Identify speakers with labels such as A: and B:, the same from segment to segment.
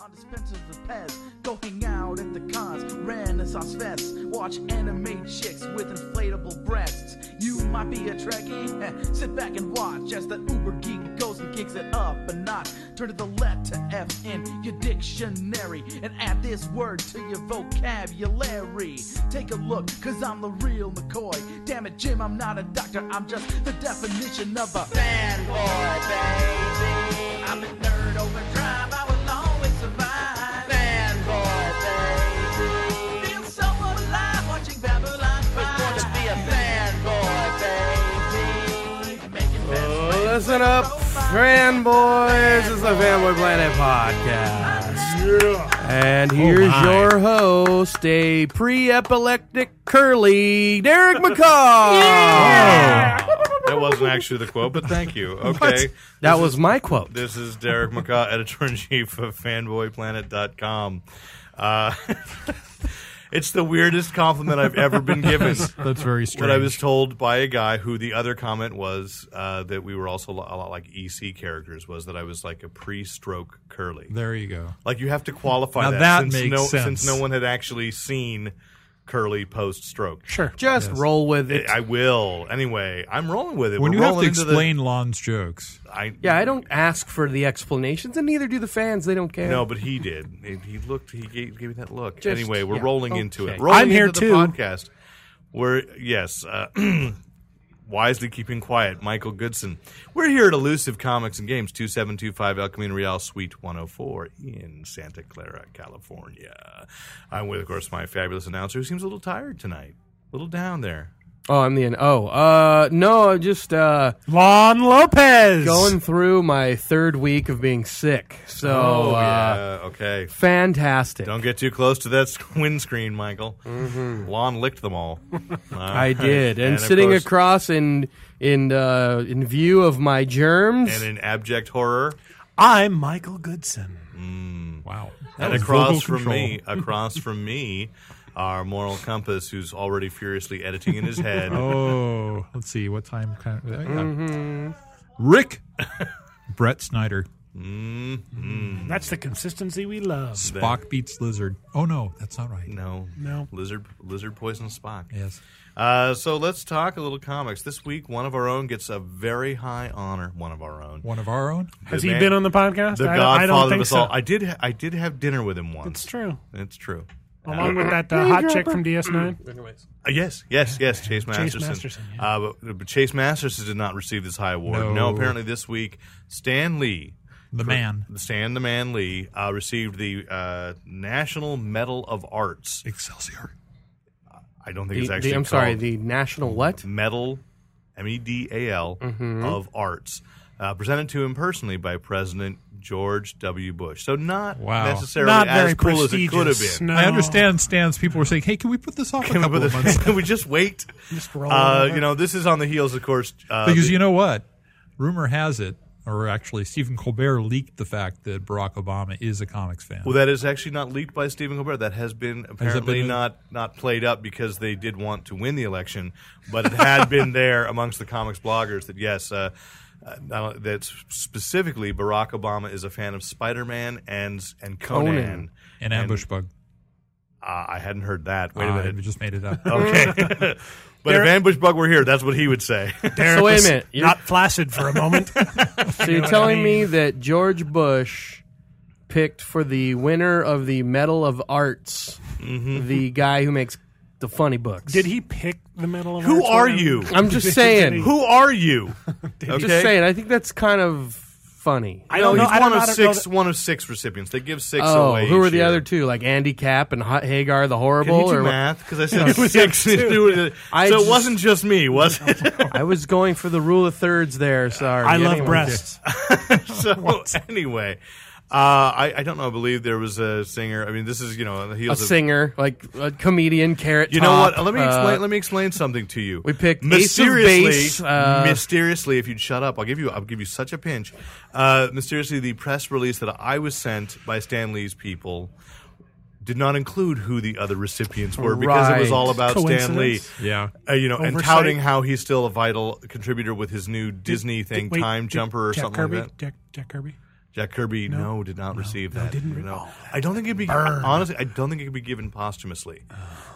A: on dispensers with Pez. Go hang out at the cons, Renaissance fests. Watch anime chicks with inflatable breasts. You might be a Trekkie, eh, sit back and watch as the uber geek goes and kicks it up a notch. Turn to the letter F in your dictionary and add this word to your vocabulary. Take a look, cause I'm the real McCoy. Damn it, Jim, I'm not a doctor, I'm just the definition of a fanboy, baby. I'm a nerd overdrive, I will always survive. Fanboy, baby. Feel so alive watching Babylon 5. It's born to be a fanboy, baby. Making fans
B: Listen up, fanboys. It's the Fanboy Planet Podcast. And here's
C: Oh, my.
B: your host, a pre epileptic curly, Derek McCall.
C: That wasn't actually the quote, but thank you. Oh, Okay.
B: That was my quote.
C: This is Derek McCaw, editor in chief of fanboyplanet.com. Uh, it's the weirdest compliment I've ever been given.
D: That's very strange.
C: But I was told by a guy who the other comment was uh, that we were also a lot like EC characters, was that I was like a pre stroke curly.
D: there you go.
C: Like you have to qualify
D: Now
C: that,
D: that
C: since
D: makes
C: no
D: sense.
C: since no one had actually seen Curly post stroke.
D: Sure.
B: Just roll with it.
C: I will. Anyway, I'm rolling with it.
D: when
C: We're
D: you have to
C: rolling into the-
D: explain Lon's jokes,
C: I,
B: yeah, I don't ask for the explanations, and neither do the fans. They don't care.
C: No, but he did. He- He looked. He gave, gave me that look.
B: Just-
C: anyway, we're
B: yeah,
C: rolling into it.
B: okay.
C: Rolling
D: I'm here
C: into the
D: too.
C: Podcast. We're yes, uh, wisely keeping quiet. Michael Goodson. We're here at Elusive Comics and Games, two seven two five El Camino Real, Suite one hundred four in Santa Clara, California. I'm with, of course, my fabulous announcer, who seems a little tired tonight, a little down there.
B: Oh, I'm the. Oh, uh, no, I'm just uh,
D: Lon Lopez.
B: going through my third week of being sick.
D: Oh,
B: So, uh,
C: Oh, yeah, okay.
B: fantastic.
C: Don't get too close to that windscreen, Michael.
D: Mm-hmm.
C: Lon licked them all.
B: I did, and,
C: of
B: sitting
C: course-
B: across in in uh, in view of my germs.
C: and in abject horror.
D: I'm Michael Goodson. Wow. That
C: And
D: was
C: across
D: vocal
C: from
D: control.
C: me, across from me, our moral compass, who's already furiously editing in his head.
D: Oh, let's see what time. Kind of, yeah. Rick, Brett Snyder,
E: That's the consistency we love.
D: Spock beats Lizard. Oh no, that's not right.
C: No,
E: No.
C: lizard, lizard poison Spock.
D: Yes.
C: Uh, so let's talk a little comics. This week, one of our own gets a very high honor. One of our own,
D: One of our own.
E: Has
C: The
E: he
C: man-
E: been on the podcast?
C: the
E: I, don't- I
C: Godfather
E: don't
C: of
E: think
C: us
E: so.
C: all. I did, ha- I did have dinner with him once.
E: it's true.
C: It's true.
E: Along with that uh, hot chick from DS9.
C: Uh, yes, yes, yes. Chase Masterson.
E: Masterson,
C: uh, but, but Chase Masterson did not receive this high award.
D: No.
C: apparently this week, Stan Lee,
D: The man.
C: Stan the Man Lee, uh, received the uh, National Medal of Arts.
D: Excelsior.
C: I don't think
B: The-
C: it's
B: the-
C: actually.
B: I'm sorry,
C: called
B: the national what?
C: Medal, M E D A L of Arts. Uh, presented to him personally by President George W. Bush. So not
D: Wow.
C: necessarily
E: Not
C: as
E: very
C: cool as it
E: prestigious.
C: could have been.
E: No.
D: I understand Stan's people were saying, hey, can we put this off a
C: But
D: couple of months?
C: the- Can we just wait? Just
E: roll
C: uh,
E: over.
C: you know, this is on the heels, of course. Uh,
D: Because
C: the-
D: you know what? Rumor has it, or actually, Stephen Colbert leaked the fact that Barack Obama is a comics fan.
C: Well, that is actually not leaked by Stephen Colbert. That has been apparently
D: been-
C: not not played up because they did want to win the election, but it had been there amongst the comics bloggers that yes, uh, uh, now that specifically Barack Obama is a fan of Spider Man and and Conan.
B: Conan.
D: An ambush bug.
C: Uh, I hadn't heard that. Wait
D: Ah,
C: a
D: I
C: minute.
D: just made it up.
C: Okay. But if Ambush Bug were here, that's what he would say.
E: Derek
B: wait a
E: was
B: minute. You're-
E: Not flaccid for a moment.
B: So you're
E: what I
B: telling me
E: mean.
B: that George Bush picked for the winner of the Medal of Arts
C: Mm-hmm.
B: the guy who makes the funny books.
E: Did he pick the middle of
C: Who
E: Arts
C: are
E: with him?
C: you?
B: I'm just
E: Did he-
B: saying.
E: did he-
C: Who are you?
B: I'm just saying. I think that's kind of funny.
E: I don't
C: No,
E: know.
C: he's
E: I
C: one
E: don't,
C: of
E: I don't know
C: six.
E: that-
C: One of six recipients. They give six
B: Oh,
C: away.
B: who are
C: each
B: the
C: year.
B: other two? Like Andy Cap and Ha- Hagar the Horrible?
C: Can you do
B: or what?
C: math? Because I said six.
E: too.
C: Do it.
B: I
C: so it
B: just-
C: wasn't just me, was it?
B: I was going for the rule of thirds there. Sorry.
E: I love
B: Anyway.
E: breasts.
C: so anyway, uh, I, I don't know. I believe there was a singer. I mean, this is you know on the
B: A
C: heels of-
B: singer, like a comedian, carrot.
C: You know what?
B: Top,
C: Let me
B: uh,
C: explain. let me explain something to you.
B: we picked Ace of
C: mysteriously.
B: Base, uh,
C: mysteriously, if you'd shut up, I'll give you. I'll give you such a pinch. Uh, mysteriously, the press release that I was sent by Stan Lee's people did not include who the other recipients were because it was
B: Right.
C: all about Stan Lee.
E: Coincidence?
D: yeah.
C: uh, you know, and
E: Oversight.
C: touting how he's still a vital contributor with his new Disney thing,
E: Wait,
C: Time
E: did
C: Jumper or
E: Jack
C: something
E: Kirby?
C: like that.
E: Jack, Jack Kirby?
C: Jack Kirby, no, did not receive that.
E: didn't.
C: No.
E: Oh,
C: I don't think it'd be honestly. I don't think it could be given posthumously.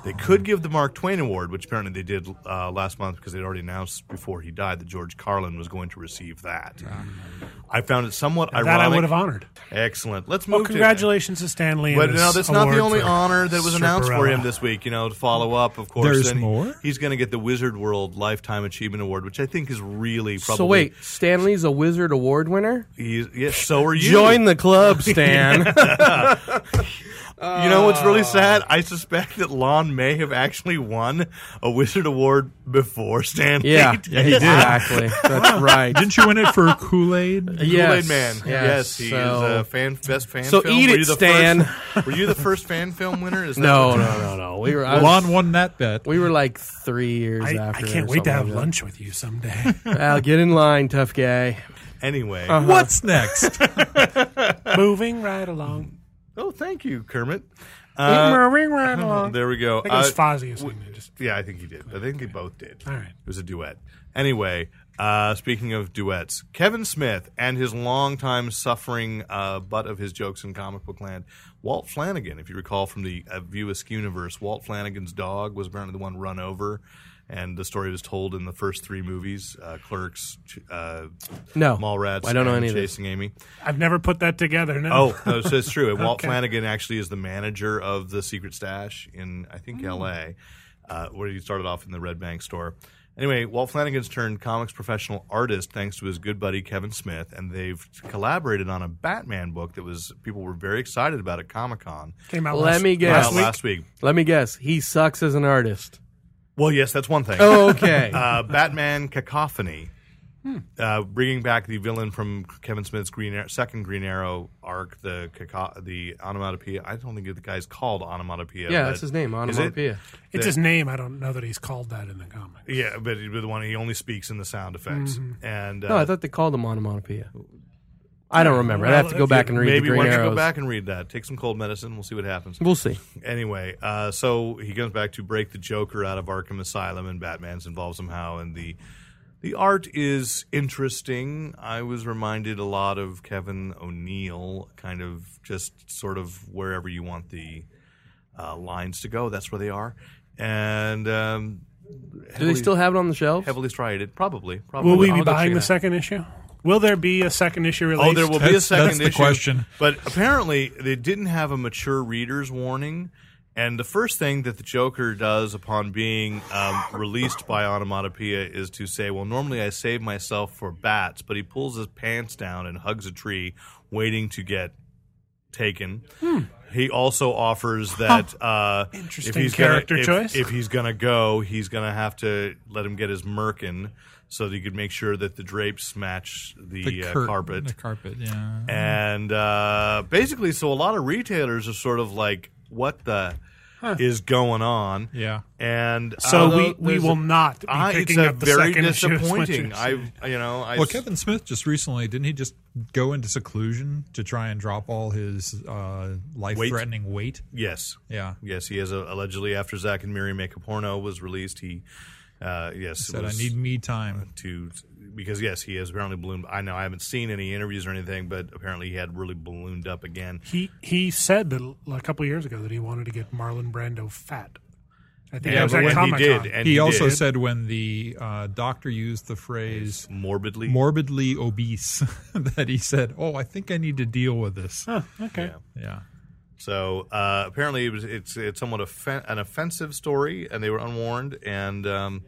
C: They could give the Mark Twain Award, which apparently they did uh, last month because they'd already announced before he died that George Carlin was going to receive that. I found it somewhat ironic.
E: Mm. That I would have honored.
C: Excellent. Let's move.
E: Well,
C: to-
E: congratulations to Stanley.
C: but no, that's not the only honor that was announced for him this week. You know, to follow up, of course,
D: There's
C: then he-
D: more?
C: He's going to get the Wizard World Lifetime Achievement Award, which I think is really probably.
B: So wait, Stanley's a Wizard Award winner.
C: he's, yeah, so are you?
B: Join the club, Stan.
C: You know what's really sad? I suspect that Lon may have actually won a Wizard Award before Stanley.
B: yeah,
C: did.
B: yeah, he did actually. That's right.
D: Didn't you win it for Kool Aid?
B: Yes,
C: Kool-Aid Man. Yes, he is uh, a fan best fan.
B: So
C: film.
B: eat
C: Were
B: it,
C: you the
B: Stan.
C: First, were you the first fan film winner? Is that
B: no,
C: what-
B: no, no, no. We were. I was-
D: Lon won that bet.
B: we were like three years
E: I, I
B: after. or
E: can't wait to
B: something
E: have
B: like
E: lunch with you someday.
B: that. Al, get in line, tough guy.
C: Anyway,
B: Uh.
D: What's next?
E: Moving right along.
C: oh, thank you, Kermit. Uh,
E: Moving right along.
C: There we go.
E: I think it was
C: Uh,
E: Fozzie or something. Just,
C: Yeah, I think he did. I think they both did.
E: All right.
C: It was a duet. Anyway, uh, speaking of duets, Kevin Smith and his longtime suffering uh, butt of his jokes in comic book land, Walt Flanagan. If you recall from the uh, View Askew universe, Walt Flanagan's dog was apparently the one run over, and the story was told in the first three movies: uh, Clerks, Ch- uh,
B: No,
C: Mallrats,
B: I don't know
C: and
B: any of this.
C: Chasing Amy.
E: I've never put that together. No.
C: Oh, no, so it's true. And Walt
E: Okay.
C: Flanagan actually is the manager of the Secret Stash in, I think,
E: Oh.
C: L.A., uh, where he started off in the Red Bank store. Anyway, Walt Flanagan's turned comics professional artist thanks to his good buddy Kevin Smith, and they've collaborated on a Batman book that was people were very excited about at Comic Con
E: Came out
B: Let
E: last,
B: me guess.
E: last week.
C: last week.
B: Let me guess. He sucks as an artist.
C: Well, yes, that's one thing.
B: Oh, okay.
C: uh, Batman Cacophony, uh, bringing back the villain from Kevin Smith's Green Arrow, second Green Arrow arc, the caco- the onomatopoeia. I don't think the guy's called onomatopoeia.
B: yeah,
C: but-
B: that's his name.
C: Is it?
B: Onomatopoeia.
E: It's his name. I don't know that he's called that in the comic.
C: Yeah, but but the one he only speaks in the sound effects. And
B: Mm-hmm.
C: uh,
B: No, I thought they called him onomatopoeia. I don't remember. I'd have to go back and read
C: maybe
B: the Green
C: why don't you
B: Arrows.
C: go back and read that. Take some cold medicine. We'll see what happens.
B: We'll see.
C: anyway, uh, so he comes back to break the Joker out of Arkham Asylum, and Batman's involved somehow. And the the art is interesting. I was reminded a lot of Kevin O'Neill, kind of just sort of wherever you want the uh, lines to go, that's where they are. And um,
B: Do they still have it on the shelves?
C: heavily striated, probably. probably.
E: Will we
C: I'll
E: be
C: have to
E: buying
C: check
E: the
C: it out.
E: second issue? Will there be a second issue released?
C: Oh, there will be a
D: That's-
C: second
D: that's the
C: issue.
D: question.
C: But apparently, they didn't have a mature reader's warning. And the first thing that the Joker does upon being um, released by Onomatopoeia is to say, Well, normally I save myself for bats, but he pulls his pants down and hugs a tree, waiting to get taken.
D: Hmm.
C: He also offers that uh,
E: Interesting
C: if he's
E: character
C: gonna, if-
E: choice.
C: If he's going to go, he's going to have to let him get his merkin so that he could make sure that the drapes match the, uh,
D: cur-
C: carpet.
D: The carpet, yeah.
C: And uh, basically, so a lot of retailers are sort of like, what the is going on?
D: Yeah.
C: And
E: So
C: uh,
E: we, we
C: there's
E: will
C: a-
E: not be
C: I- Ah, it's
E: picking
C: a
E: up the
C: very
E: second issue. of
C: disappointing.
E: Switchers.
C: I you know I
D: Well,
C: s-
D: Kevin Smith just recently didn't he just go into seclusion to try and drop all his uh, life-threatening weight?
C: yes
D: Yeah,
C: yes he is uh, allegedly after Zach and Miri make a porno was released he uh, yes
D: said I
C: was-
D: need me time.
C: to because yes, he has apparently ballooned. I know I haven't seen any interviews or anything, but apparently he had really ballooned up again.
E: he he said that l- a couple years ago that he wanted to get Marlon Brando fat. I think
C: Yeah,
E: that was
C: but
E: at
C: when he
E: Comic
C: did,
E: Con.
C: and
D: he,
C: he,
D: also
C: did,
D: said when the uh, doctor used the phrase
C: morbidly.
D: morbidly obese that he said, "Oh, I think I need to deal with this."
E: okay.
C: Yeah.
D: Yeah,
C: so uh, apparently it was, it's it's somewhat offen- an offensive story, and they were unwarned, and um,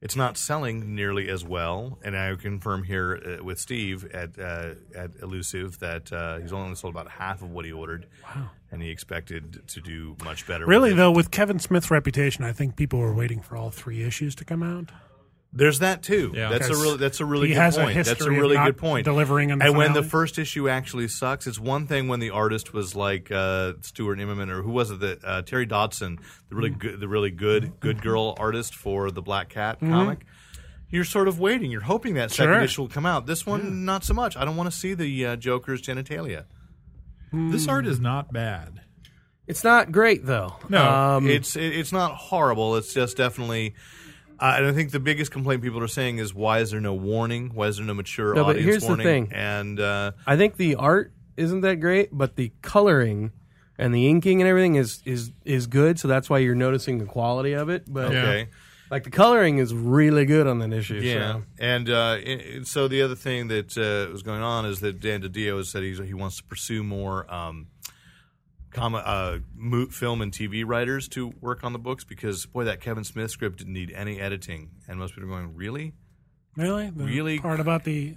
C: it's not selling nearly as well. And I confirm here uh, with Steve at uh, at Elusive that uh, he's only sold about half of what he ordered. Wow. And he expected to do much better. with
E: Really
C: it.
E: though, with Kevin Smith's reputation, I think people were waiting for all three issues to come out.
C: There's that too.
D: Yeah.
C: That's a
E: Because
C: really that's a really
E: he
C: good
E: has a
C: point. that's a
E: history of
C: really
E: not
C: good point.
E: delivering on the
C: and when the
E: finale.
C: first issue actually sucks, it's one thing when the artist was like uh, Stuart Immonen or who was it? The, uh, Terry Dodson, the really
E: Mm.
C: good, the really good good girl artist for the Black Cat comic. You're sort of waiting. You're hoping that second
E: Mm-hmm. Sure.
C: issue will come out. This one, not so much. I don't want to see the uh, Joker's genitalia.
D: this art is not bad.
B: It's not great though.
D: No,
B: um,
C: it's it, it's not horrible. It's just definitely Uh, and I think the biggest complaint people are saying is why is there no warning? Why is there no mature
B: No, but
C: audience
B: here's the
C: warning?
B: thing.
C: And uh,
B: I think the art isn't that great, but the coloring and the inking and everything is is is good. So that's why you're noticing the quality of it. But uh,
C: okay.
B: like the coloring is really good on that issue.
C: Yeah,
B: so.
C: and uh, and- and so the other thing that uh, was going on is that Dan DiDio has said he's, he wants to pursue more um, com- uh, mo- film and TV writers to work on the books because boy, that Kevin Smith script didn't need any editing, and most people are going, really?
E: Really? The
C: Really?
E: Part about the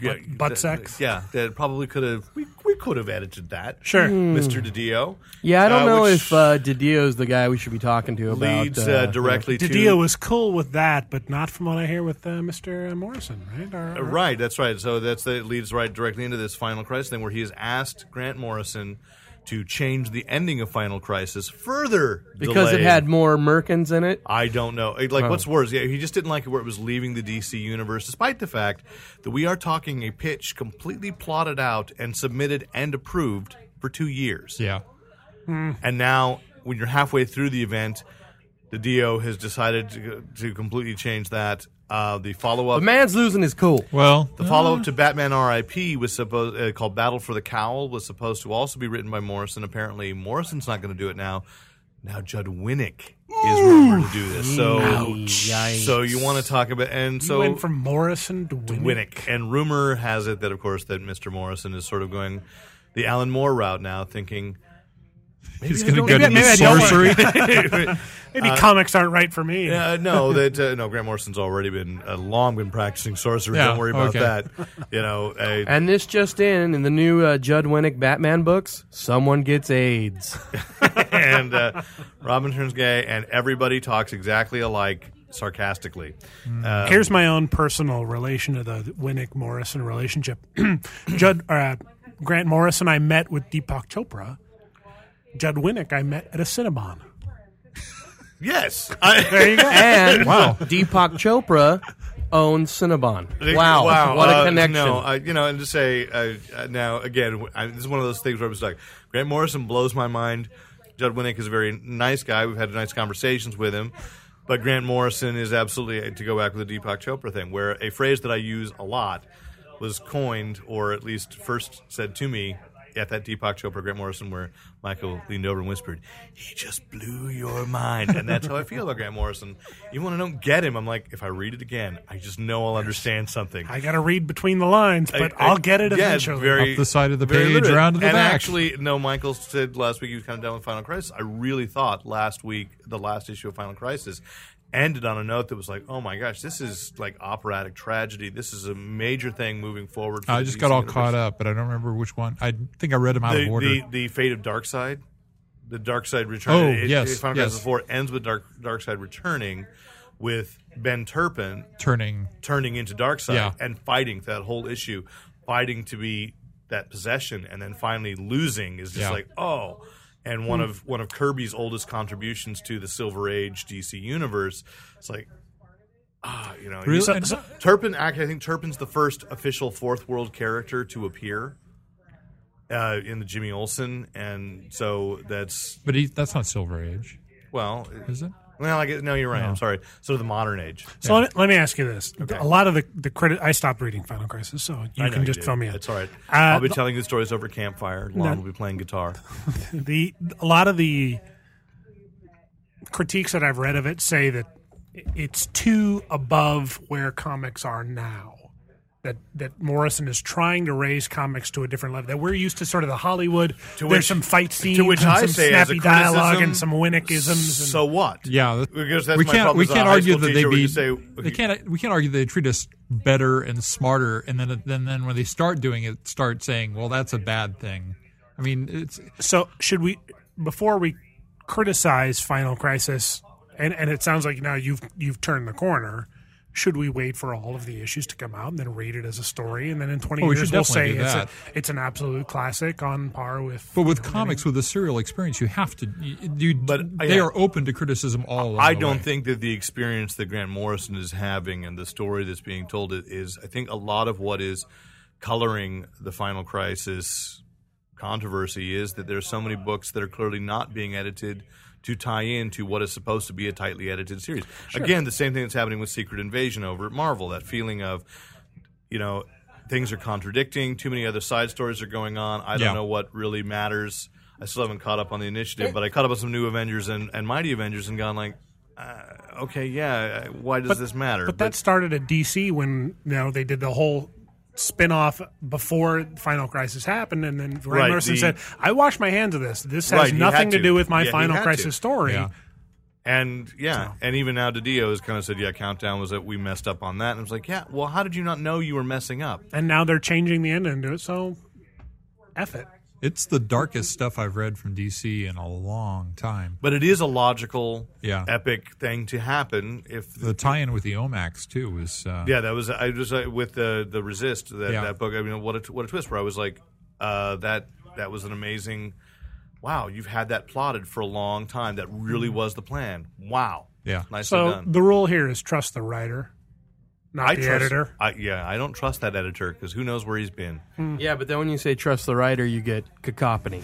C: Yeah,
E: butt
C: that-
E: sex?
C: Yeah, that probably could have we, we could have edited that.
E: sure.
C: Mr. DiDio.
B: Hmm. Yeah, I don't
C: Uh,
B: know
C: which
B: if uh, Didio's the guy we should be talking to about
C: leads uh, directly to
E: Didio was cool with that, but not from what I hear with uh, Mr. Morrison, right? Or-
C: Uh, Right, that's right. So that's that leads right directly into this Final Crisis thing, where he has asked Grant Morrison to change the ending of Final Crisis further
B: because it
C: delayed.
B: had Oh. more merkins in it.
C: I don't know. Like, what's worse? Yeah, he just didn't like it where it was leaving the DC universe, despite the fact that we are talking a pitch completely plotted out and submitted and approved for two years.
D: Yeah.
C: And now, when you're halfway through the event, the DO has decided to, to completely change that. Uh, the follow
B: The
C: up
B: man's losing his cool.
D: Well,
C: The follow
E: Ah.
C: up to Batman R.I.P. was supposed uh, called Battle for the Cowl was supposed to also be written by Morrison. Apparently, Morrison's not going to do it now. Now Judd Winnick is rumored to do this. So, so you want to talk about and
E: you
C: so
E: went from Morrison to Winnick.
C: Winnick. And rumor has it that, of course, that Mr. Morrison is sort of going the Alan Moore route now, thinking
D: he's going to
E: maybe
D: go
E: I-
D: to
E: maybe I don't
D: sorcery.
E: Maybe comics aren't right for me.
C: Uh, no, that uh, no. Grant Morrison's already been uh, long been practicing sorcery.
D: Yeah,
C: Don't worry about
D: okay.
C: that. You know, uh,
B: And this just in, in the new uh, Judd Winnick Batman books, someone gets AIDS.
C: and uh, Robin turns gay, and everybody talks exactly alike, sarcastically. Uh,
E: Here's my own personal relation to the Winnick Morrison relationship. Judd or, uh, Grant Morrison, I met with Deepak Chopra. Judd Winnick, I met at a Cinnabon.
C: yes, I,
E: There you go.
B: And wow. Deepak Chopra owns Cinnabon. Wow. What a
C: uh,
B: connection.
C: No, I, you know, and to say uh, uh, now again, w- I, this is one of those things where I was like, Grant Morrison blows my mind. Judd Winnick is a very nice guy. We've had nice conversations with him. But Grant Morrison is absolutely uh, to go back with the Deepak Chopra thing, where a phrase that I use a lot was coined, or at least first said to me at that Deepak Chopra Grant Morrison, where Michael leaned over and whispered, "He just blew your mind," and that's how I feel about Grant Morrison. Even when I don't get him, I'm like, if I read it again, I just know I'll understand something.
E: I got to read between the lines, but
C: I- I-
E: I'll get it
C: yeah,
E: eventually.
C: Very,
D: Up the side of the
C: very
D: page,
C: literate.
D: around to the
C: and
D: back.
C: actually, no, Michael said last week he was kind of done with Final Crisis. I really thought last week the last issue of Final Crisis ended on a note that was like, oh my gosh, this is like operatic tragedy. This is a major thing moving forward. For
D: I
C: the
D: just
C: DC
D: got all
C: universe."
D: caught up, but I don't remember which one. I think I read them out
C: The,
D: of order.
C: the the fate of Darkseid, the Darkseid return.
D: Oh,
C: it-
D: yes,
C: it- Final
D: yes.
C: Crisis Four ends with Dark Darkseid returning. With Ben Turpin
D: Turning.
C: turning into dark side
D: Yeah.
C: and fighting that whole issue fighting to be that possession and then finally losing is just
D: Yeah.
C: like oh and one of one of kirby's oldest contributions to the silver age dc universe it's like ah you know
D: Really?
C: he's- turpin act i think turpin's the first official fourth world character to appear uh, in the jimmy olsen and so that's
D: But he, that's not Silver Age,
C: well
D: is it?
C: well i guess no you're right i'm sorry so the modern age
E: So let, me, let me ask you this: a lot of the the credit. I stopped reading Final Crisis, so you
C: I know
E: can just
C: did.
E: fill me in.
C: That's all right.
E: Uh,
C: I'll be telling you stories over campfire. Lon will be playing guitar.
E: the a lot of the critiques that I've read of it say that it's too above where comics are now. That that Morrison is trying to raise comics to a different level. That we're used to sort of the Hollywood.
C: which-
E: there's some fight scenes,
C: to which
E: and
C: I
E: some
C: say as a
E: snappy dialogue,
C: criticism,
E: and some Winnickiisms. And,
C: So what?
D: Yeah, that-
C: because that's
D: we
C: my
D: can't
C: problem
D: we
C: as a
D: can't
C: high
D: argue
C: school
D: that they
C: teacher where
D: be
C: you say
D: they can't we can't argue they treat us better and smarter, and then then then when they start doing it, start saying, well, that's a bad thing. I mean, it's
E: so should we before we criticize final crisis and and it sounds like now you've you've turned the corner should we wait for all of the issues to come out and then read it as a story and then in 20
D: Oh, we
E: years
D: should
E: we'll
D: definitely
E: say
D: do
E: it's, a,
D: that.
E: it's an absolute classic on par with
D: but with comics with a serial experience, you have to you, you
C: But,
D: they
C: yeah.
D: are open to criticism all. Along
C: I
D: the
C: don't
D: way.
C: think that the experience that Grant Morrison is having and the story that's being told is. I think a lot of what is coloring the Final Crisis controversy is that there's so many books that are clearly not being edited to tie into what is supposed to be a tightly edited series. Again, the same thing that's happening with Secret Invasion over at Marvel, that feeling of you know things are contradicting, too many other side stories are going on. I don't
D: Yeah.
C: know what really matters. I still haven't caught up on the initiative, but I caught up on some new Avengers and, and Mighty Avengers and gone like uh, okay, yeah, uh, why does this matter?
E: But that started at DC when you know they did the whole spin-off before Final Crisis happened, and then Grant
C: Right,
E: Morrison
C: the-
E: said, "I wash my hands of this. This has
C: Right, he
E: nothing
C: had
E: to.
C: to.
E: do with my
C: Yeah, he
E: Final
C: had to.
E: Crisis story."
D: Yeah.
C: And yeah, and even now Didio has kind of said, yeah, Countdown was that we messed up on that. And I was like, yeah, well, how did you not know you were messing up?
E: And now they're changing the ending to it, so f it.
D: It's the darkest stuff I've read from DC in a long time.
C: But it is a logical,
D: Yeah.
C: epic thing to happen. If
D: The tie-in with the Omax too was uh,
C: yeah, that was I was uh, with the the resist that
D: Yeah.
C: that book. I mean, what a t- what a twist! Where I was like, uh, that that was an amazing. Wow, you've had that plotted for a long time. That really was the plan. Wow.
D: Yeah.
C: Nicely
E: Mm-hmm. So
C: done.
E: the rule here is trust the writer, not the
C: trust,
E: editor.
C: I, yeah, I don't trust that editor because who knows where he's been.
B: Yeah, but then when you say trust the writer, you get cacophony.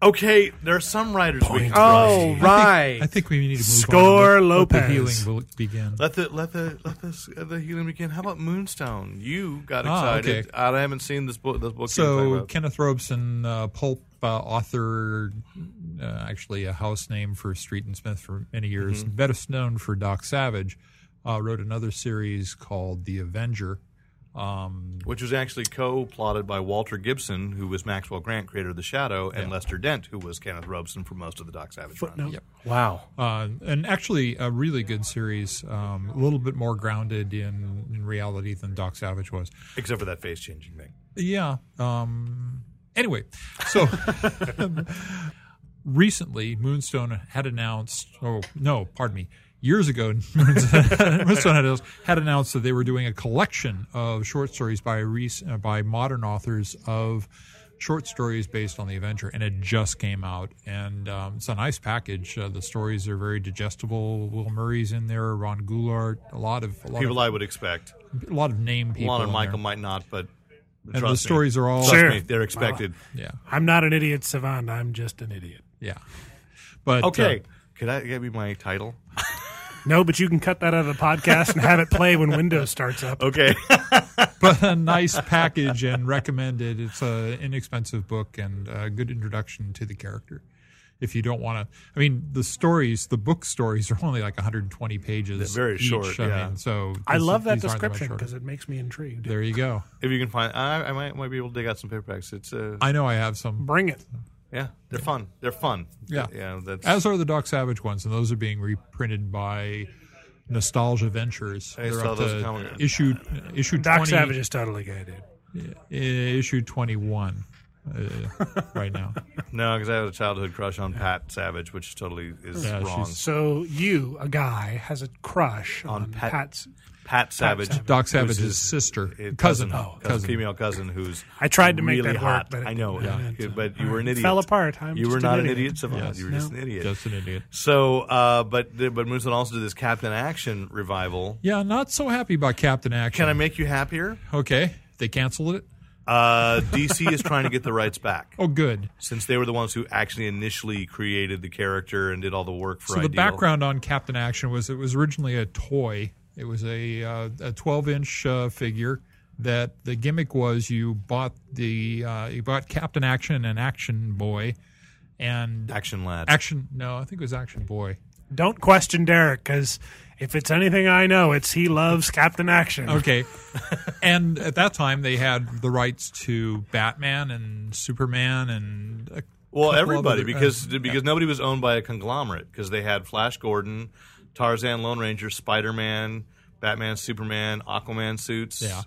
C: Okay, there are some writers. we can
B: oh, right.
D: I think we need to move
E: Score
D: on. Let- Let the
E: Lopez.
D: healing will begin.
C: Let the let the let this uh, the healing begin. How about Moonstone? You got
D: Ah,
C: excited.
D: okay.
C: I haven't seen this book. This book. you're talking
D: So
C: about.
D: Kenneth Robeson, uh, pulp uh, author, uh, actually a house name for Street and Smith for many years, best known for Doc Savage, uh, wrote another series called The Avenger. Um,
C: which was actually co-plotted by Walter Gibson, who was Maxwell Grant, creator of The Shadow, and Lester Dent, who was Kenneth Robeson for most of the Doc Savage run.
E: Footnote.
B: wow.
D: uh, and actually, a really good series, um, a little bit more grounded in, in reality than Doc Savage was.
C: except for that face changing thing.
D: Yeah. Um, anyway, so recently Moonstone had announced, oh, no, pardon me, years ago, Moonstone had, had announced that they were doing a collection of short stories by, rec- uh, by modern authors of short stories based on the Avenger, and it just came out. And um, it's a nice package. Uh, the stories are very digestible. Will Murray's in there, Ron Goulart, a lot of, a lot
C: People
D: of,
C: I would expect.
D: a lot of name people.
C: Lon
D: in
C: and Michael
D: there.
C: might not, but
D: And
C: trust
D: the
C: me.
D: stories are all
C: Trust
E: Sure.
C: me, they're expected.
D: yeah.
E: I'm not an idiot savant. I'm just an idiot.
D: Yeah. But
C: Okay,
D: uh,
C: could I that be my title?
E: No, but you can cut that out of the podcast and have it play when Windows starts up.
C: Okay,
D: but a nice package and recommended. It's an inexpensive book and a good introduction to the character. If you don't want to, I mean, the stories, the book stories are only like 120 pages.
C: They're very
D: each.
C: short,
D: I
C: yeah.
D: mean, so
E: I
D: this-
E: love that
D: these aren't much
E: description
D: shorter.
E: because it makes me intrigued.
D: there you go.
C: if you can find, I, I might might be able to dig out some paperbacks. It's uh,
D: I know I have some,
E: Bring it.
C: yeah, they're fun. They're fun.
D: Yeah.
C: yeah. That's
D: as are the Doc Savage ones, and those are being reprinted by Nostalgia Ventures.
C: I
D: They're
C: saw
D: up
C: those
D: to
C: coming.
D: issue issue
E: Doc
D: 20
E: Savage is totally gay,
D: uh,
E: dude.
D: issue 21 uh, right now.
C: No, because I had a childhood crush on Pat Savage, which totally is
D: Yeah,
C: wrong.
D: she's-
E: So you, a guy, has a crush on,
C: Pat-
E: Pat's.
C: Pat Savage,
D: Doc
C: who's
D: Savage's
C: his-
D: sister,
C: his
D: cousin, cousin,
C: female cousin, who's
E: I tried to make
C: really
E: that work,
C: hot.
E: but it
C: I know,
E: didn't.
C: yeah,
E: It
C: but you were an idiot.
E: fell apart. I'm
C: you
E: just
C: were
E: an
C: not an
E: idiot.
C: idiot, Savant.
D: Yes.
C: You were just an idiot.
D: just an idiot.
C: so, uh, but but Moonstone also did this Captain Action revival.
D: Yeah, not so happy about Captain Action.
C: Can I make you happier?
D: okay, they canceled it.
C: Uh, DC is trying to get the rights back
D: Oh, good.
C: since they were the ones who actually initially created the character and did all the work for
D: So the
C: Ideal.
D: background on Captain Action was it was originally a toy. It was a uh, a 12 inch uh, figure that the gimmick was you bought the uh, you bought Captain Action and Action Boy and
C: Action Lad.
D: Action. No, I think it was Action Boy.
E: Don't question Derek because if it's anything I know, it's he loves Captain Action.
D: Okay. and at that time, they had the rights to Batman and Superman and. a
C: Well,
D: couple
C: everybody
D: other-
C: because
D: uh,
C: because nobody was owned by a conglomerate because they had Flash Gordon, Tarzan, Lone Ranger, Spider Man, Batman, Superman, Aquaman suits.
D: Yeah.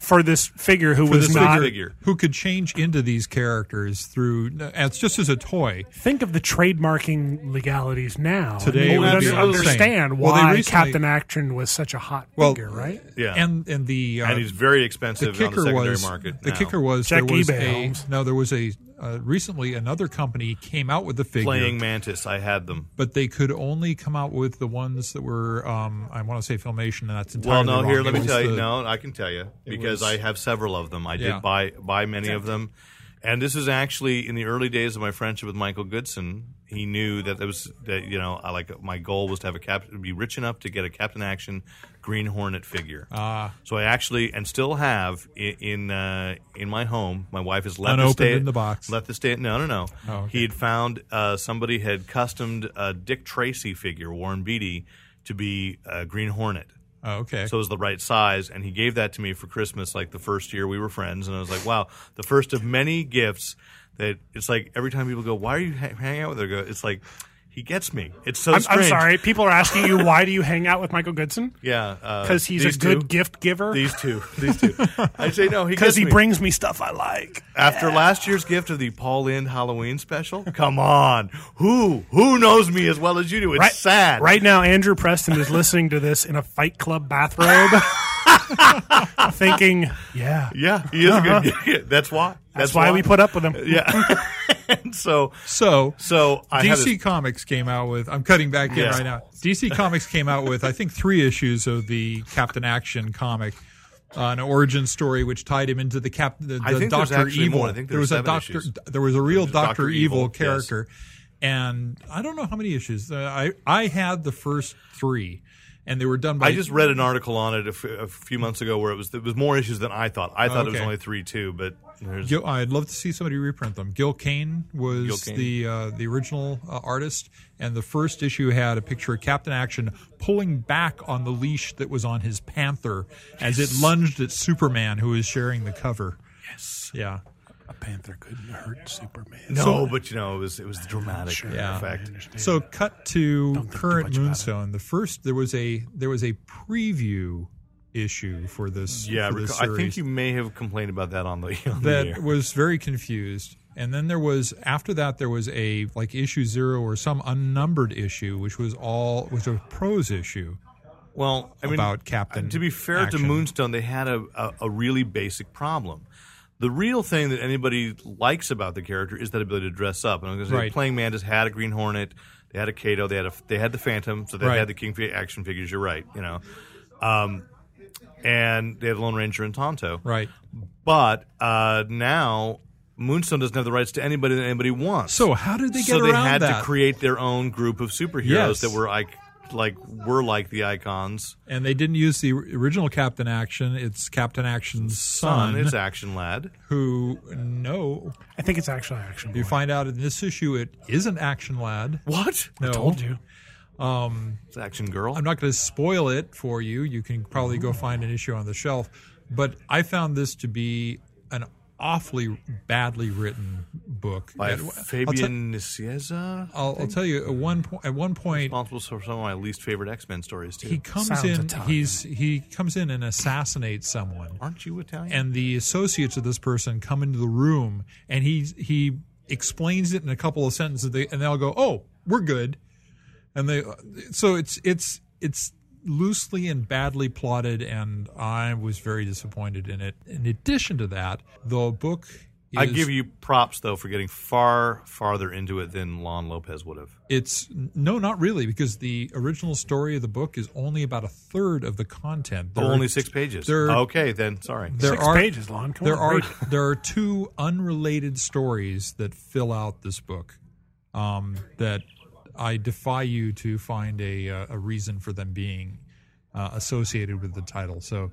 E: For this figure who
C: For
E: was
C: this
E: not.
C: figure,
D: who could change into these characters through and it's just as a toy.
E: Think of the trademarking legalities now.
D: Today
E: you
D: it
E: would
C: would be insane.
E: under- understand
D: Well, they
E: why
D: recently-
E: Captain Action was such a hot
D: Well, uh,
E: figure, right?
C: yeah, and,
D: And and the uh,
C: he's very
D: the
C: expensive on the
D: kicker
C: secondary
D: was
C: market.
D: the
C: now.
D: kicker was
E: Check
D: there was
E: eBay,
D: a
E: Holmes.
D: no there was a uh, recently another company came out with the figure
C: playing Mantis. I had them.
D: but they could only come out with the ones that were um, I want to say filmation and that's
C: Well,
D: entirely
C: no,
D: wrong.
C: here
D: It
C: let me
D: was
C: tell you.
D: the-
C: No, I can tell you because
D: was-
C: I have several of them. I
D: Yeah.
C: did buy buy many of them, And this was actually in the early days of my friendship with Michael Goodson. He knew that there was that you know I like my goal was to have a cap be rich enough to get a Captain Action Green Hornet figure. Ah. so I actually and still have in in, uh, in my home. My wife has left
D: Unopened
C: the state
D: in the box.
C: Left the state. No, no, no.
D: Oh, okay.
C: He had found uh, somebody had customed a Dick Tracy figure, Warren Beatty, to be a Green Hornet.
D: Oh, okay.
C: So it was the right size, and he gave that to me for Christmas, like the first year we were friends, and I was like, wow, the first of many gifts that it's like every time people go, why are you ha- hanging out with her? Go, it's like he gets me. It's so
E: I'm, I'm
C: strange.
E: sorry. People are asking you why do you hang out with Michael Goodson?
C: Yeah, uh,
E: Because he's a good gift giver.
C: These two, these two. I say no. He
E: Because
C: gets
E: he
C: me.
E: brings me stuff I like.
C: after last year's gift of the Paul Lind Halloween special. Come on, who who knows me as well as you do? It's sad,
E: Right now, Andrew Preston is listening to this in a Fight Club bathrobe, thinking, "Yeah,
C: Yeah, he is a good. That's why.
E: Uh-huh. that's, why, we put up with him."
C: Yeah. and so,
D: So
C: so I had
D: DC
C: this-
D: Comics came out with. I'm cutting back in
C: Yeah.
D: right now. DC Comics came out with I think three issues of the Captain Action comic, uh, an origin story which tied him into the cap. The,
C: I think there's
D: Doctor
C: actually
D: Evil.
C: more. I think there
D: there
C: were
D: was a
C: seven
D: Doctor.
C: issues.
D: There was a real
C: There's Dr.
D: Doctor
C: Evil,
D: Evil,
C: yes.
D: character, and I don't know how many issues. Uh, I I had the first three, and they were done by.
C: I just read an article on it a, f- a few months ago where it was it was more issues than I thought. I thought it was
D: Okay.
C: only three two, but there's,
D: Gil, I'd love to see somebody reprint them. Gil Kane was
C: Gil Kane.
D: the uh, the original uh, artist, and the first issue had a picture of Captain Action pulling back on the leash that was on his panther as it lunged at Superman, who was sharing the cover. Yes. Yeah.
E: A panther couldn't hurt Superman.
C: no, but you know it was it was the dramatic
D: Yeah.
C: effect.
D: So cut to current
E: much about
D: Moonstone. The first there was a there was a preview issue for this.
C: Yeah,
D: for this
C: rec- I think
D: series.
C: you may have complained about that on the, on the
D: that
C: air.
D: was very confused. And then there was after that there was a like issue zero or some unnumbered issue, which was all was a prose issue.
C: Well, I mean,
D: about Captain
C: To be fair to
D: Action.
C: Moonstone, they had a, a, a really basic problem. The real thing that anybody likes about the character is that ability to dress up. And I'm going to say,
D: Right.
C: Playing Man just had a Green Hornet, they had a Kato, they had a they had the Phantom, so they
D: Right.
C: had the King Fi- action figures. You're right, you know, um, and they had the Lone Ranger and Tonto.
D: Right.
C: But uh, now Moonstone doesn't have the rights to anybody that anybody wants.
D: So how did they get
C: so they
D: around
C: had
D: that?
C: to create their own group of superheroes
D: Yes.
C: that were like like were like the icons.
D: and they didn't use the original Captain Action. It's Captain Action's son,
C: son. It's Action Lad.
D: who no,
E: I think it's actually action.
D: you
E: Boy.
D: find out in this issue it isn't Action Lad.
C: What?
D: No,
E: Told you.
C: It's Action Girl.
D: I'm not going to spoil it for you. You can probably go find an issue on the shelf. But I found this to be an awfully badly written book.
C: by
D: At- I'll te-
C: Fabian Nicieza.
D: I'll, I'll tell you at one point. At one point,
C: Responsible for some of my least favorite X Men stories too.
D: he comes
E: Sounds
D: in.
E: Italian.
D: He's he comes in and assassinates someone,
C: Aren't you Italian?
D: and the associates of this person come into the room, and he he explains it in a couple of sentences, they, and they'll go, "Oh, we're good," and they. So it's it's it's loosely and badly plotted, and I was very disappointed in it. In addition to that, the book. Is,
C: I give you props though for getting far farther into it than Lon Lopez would have.
D: It's no, not really, because the original story of the book is only about a third of the content. There
C: Oh,
D: are-
C: only six pages.
D: there-
C: okay, then sorry.
D: There
E: Six
D: are
E: pages long. Come
D: there
E: on,
D: are
E: read it.
D: there are two unrelated stories that fill out this book. Um, that I defy you to find a uh, a reason for them being uh, associated with the title. So.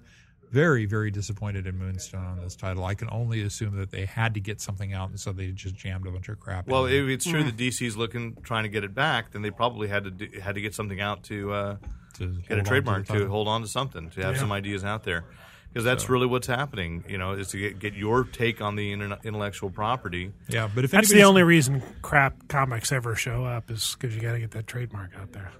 D: Very, very disappointed in Moonstone on this title. I can only assume that they had to get something out, and so they just jammed a bunch of crap. in
C: Well,
D: there.
C: if it's true that DC's looking trying to get it back, then they probably had to do, had to get something out to uh,
D: To hold
C: get
D: on
C: a
D: to
C: trademark
D: the
C: to,
D: title.
C: hold on to something to have some ideas out there because that's really what's happening. You know, is to get, get your take on the interna- intellectual property.
D: yeah, but if
E: That's the
D: anybody's-
E: only reason crap comics ever show up is because you got to get that trademark out there.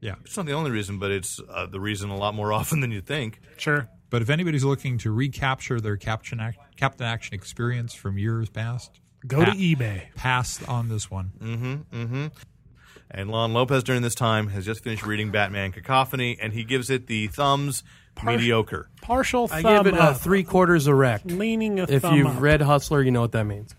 D: yeah,
C: It's not the only reason, but it's uh, the reason a lot more often than you think.
E: Sure.
D: But if anybody's looking to recapture their Captain, Ac- Captain Action experience from years past,
E: Go to
D: pa-
E: eBay.
D: Pass on this one.
C: Mm. And Lon Lopez during this time has just finished reading Batman Cacophony, and he gives it the thumbs mediocre.
E: Partial
B: I
E: thumb
B: gave it a
E: up.
B: three quarters erect.
E: Leaning a
B: If
E: thumb
B: you've
E: up.
B: read Hustler, you know what that means.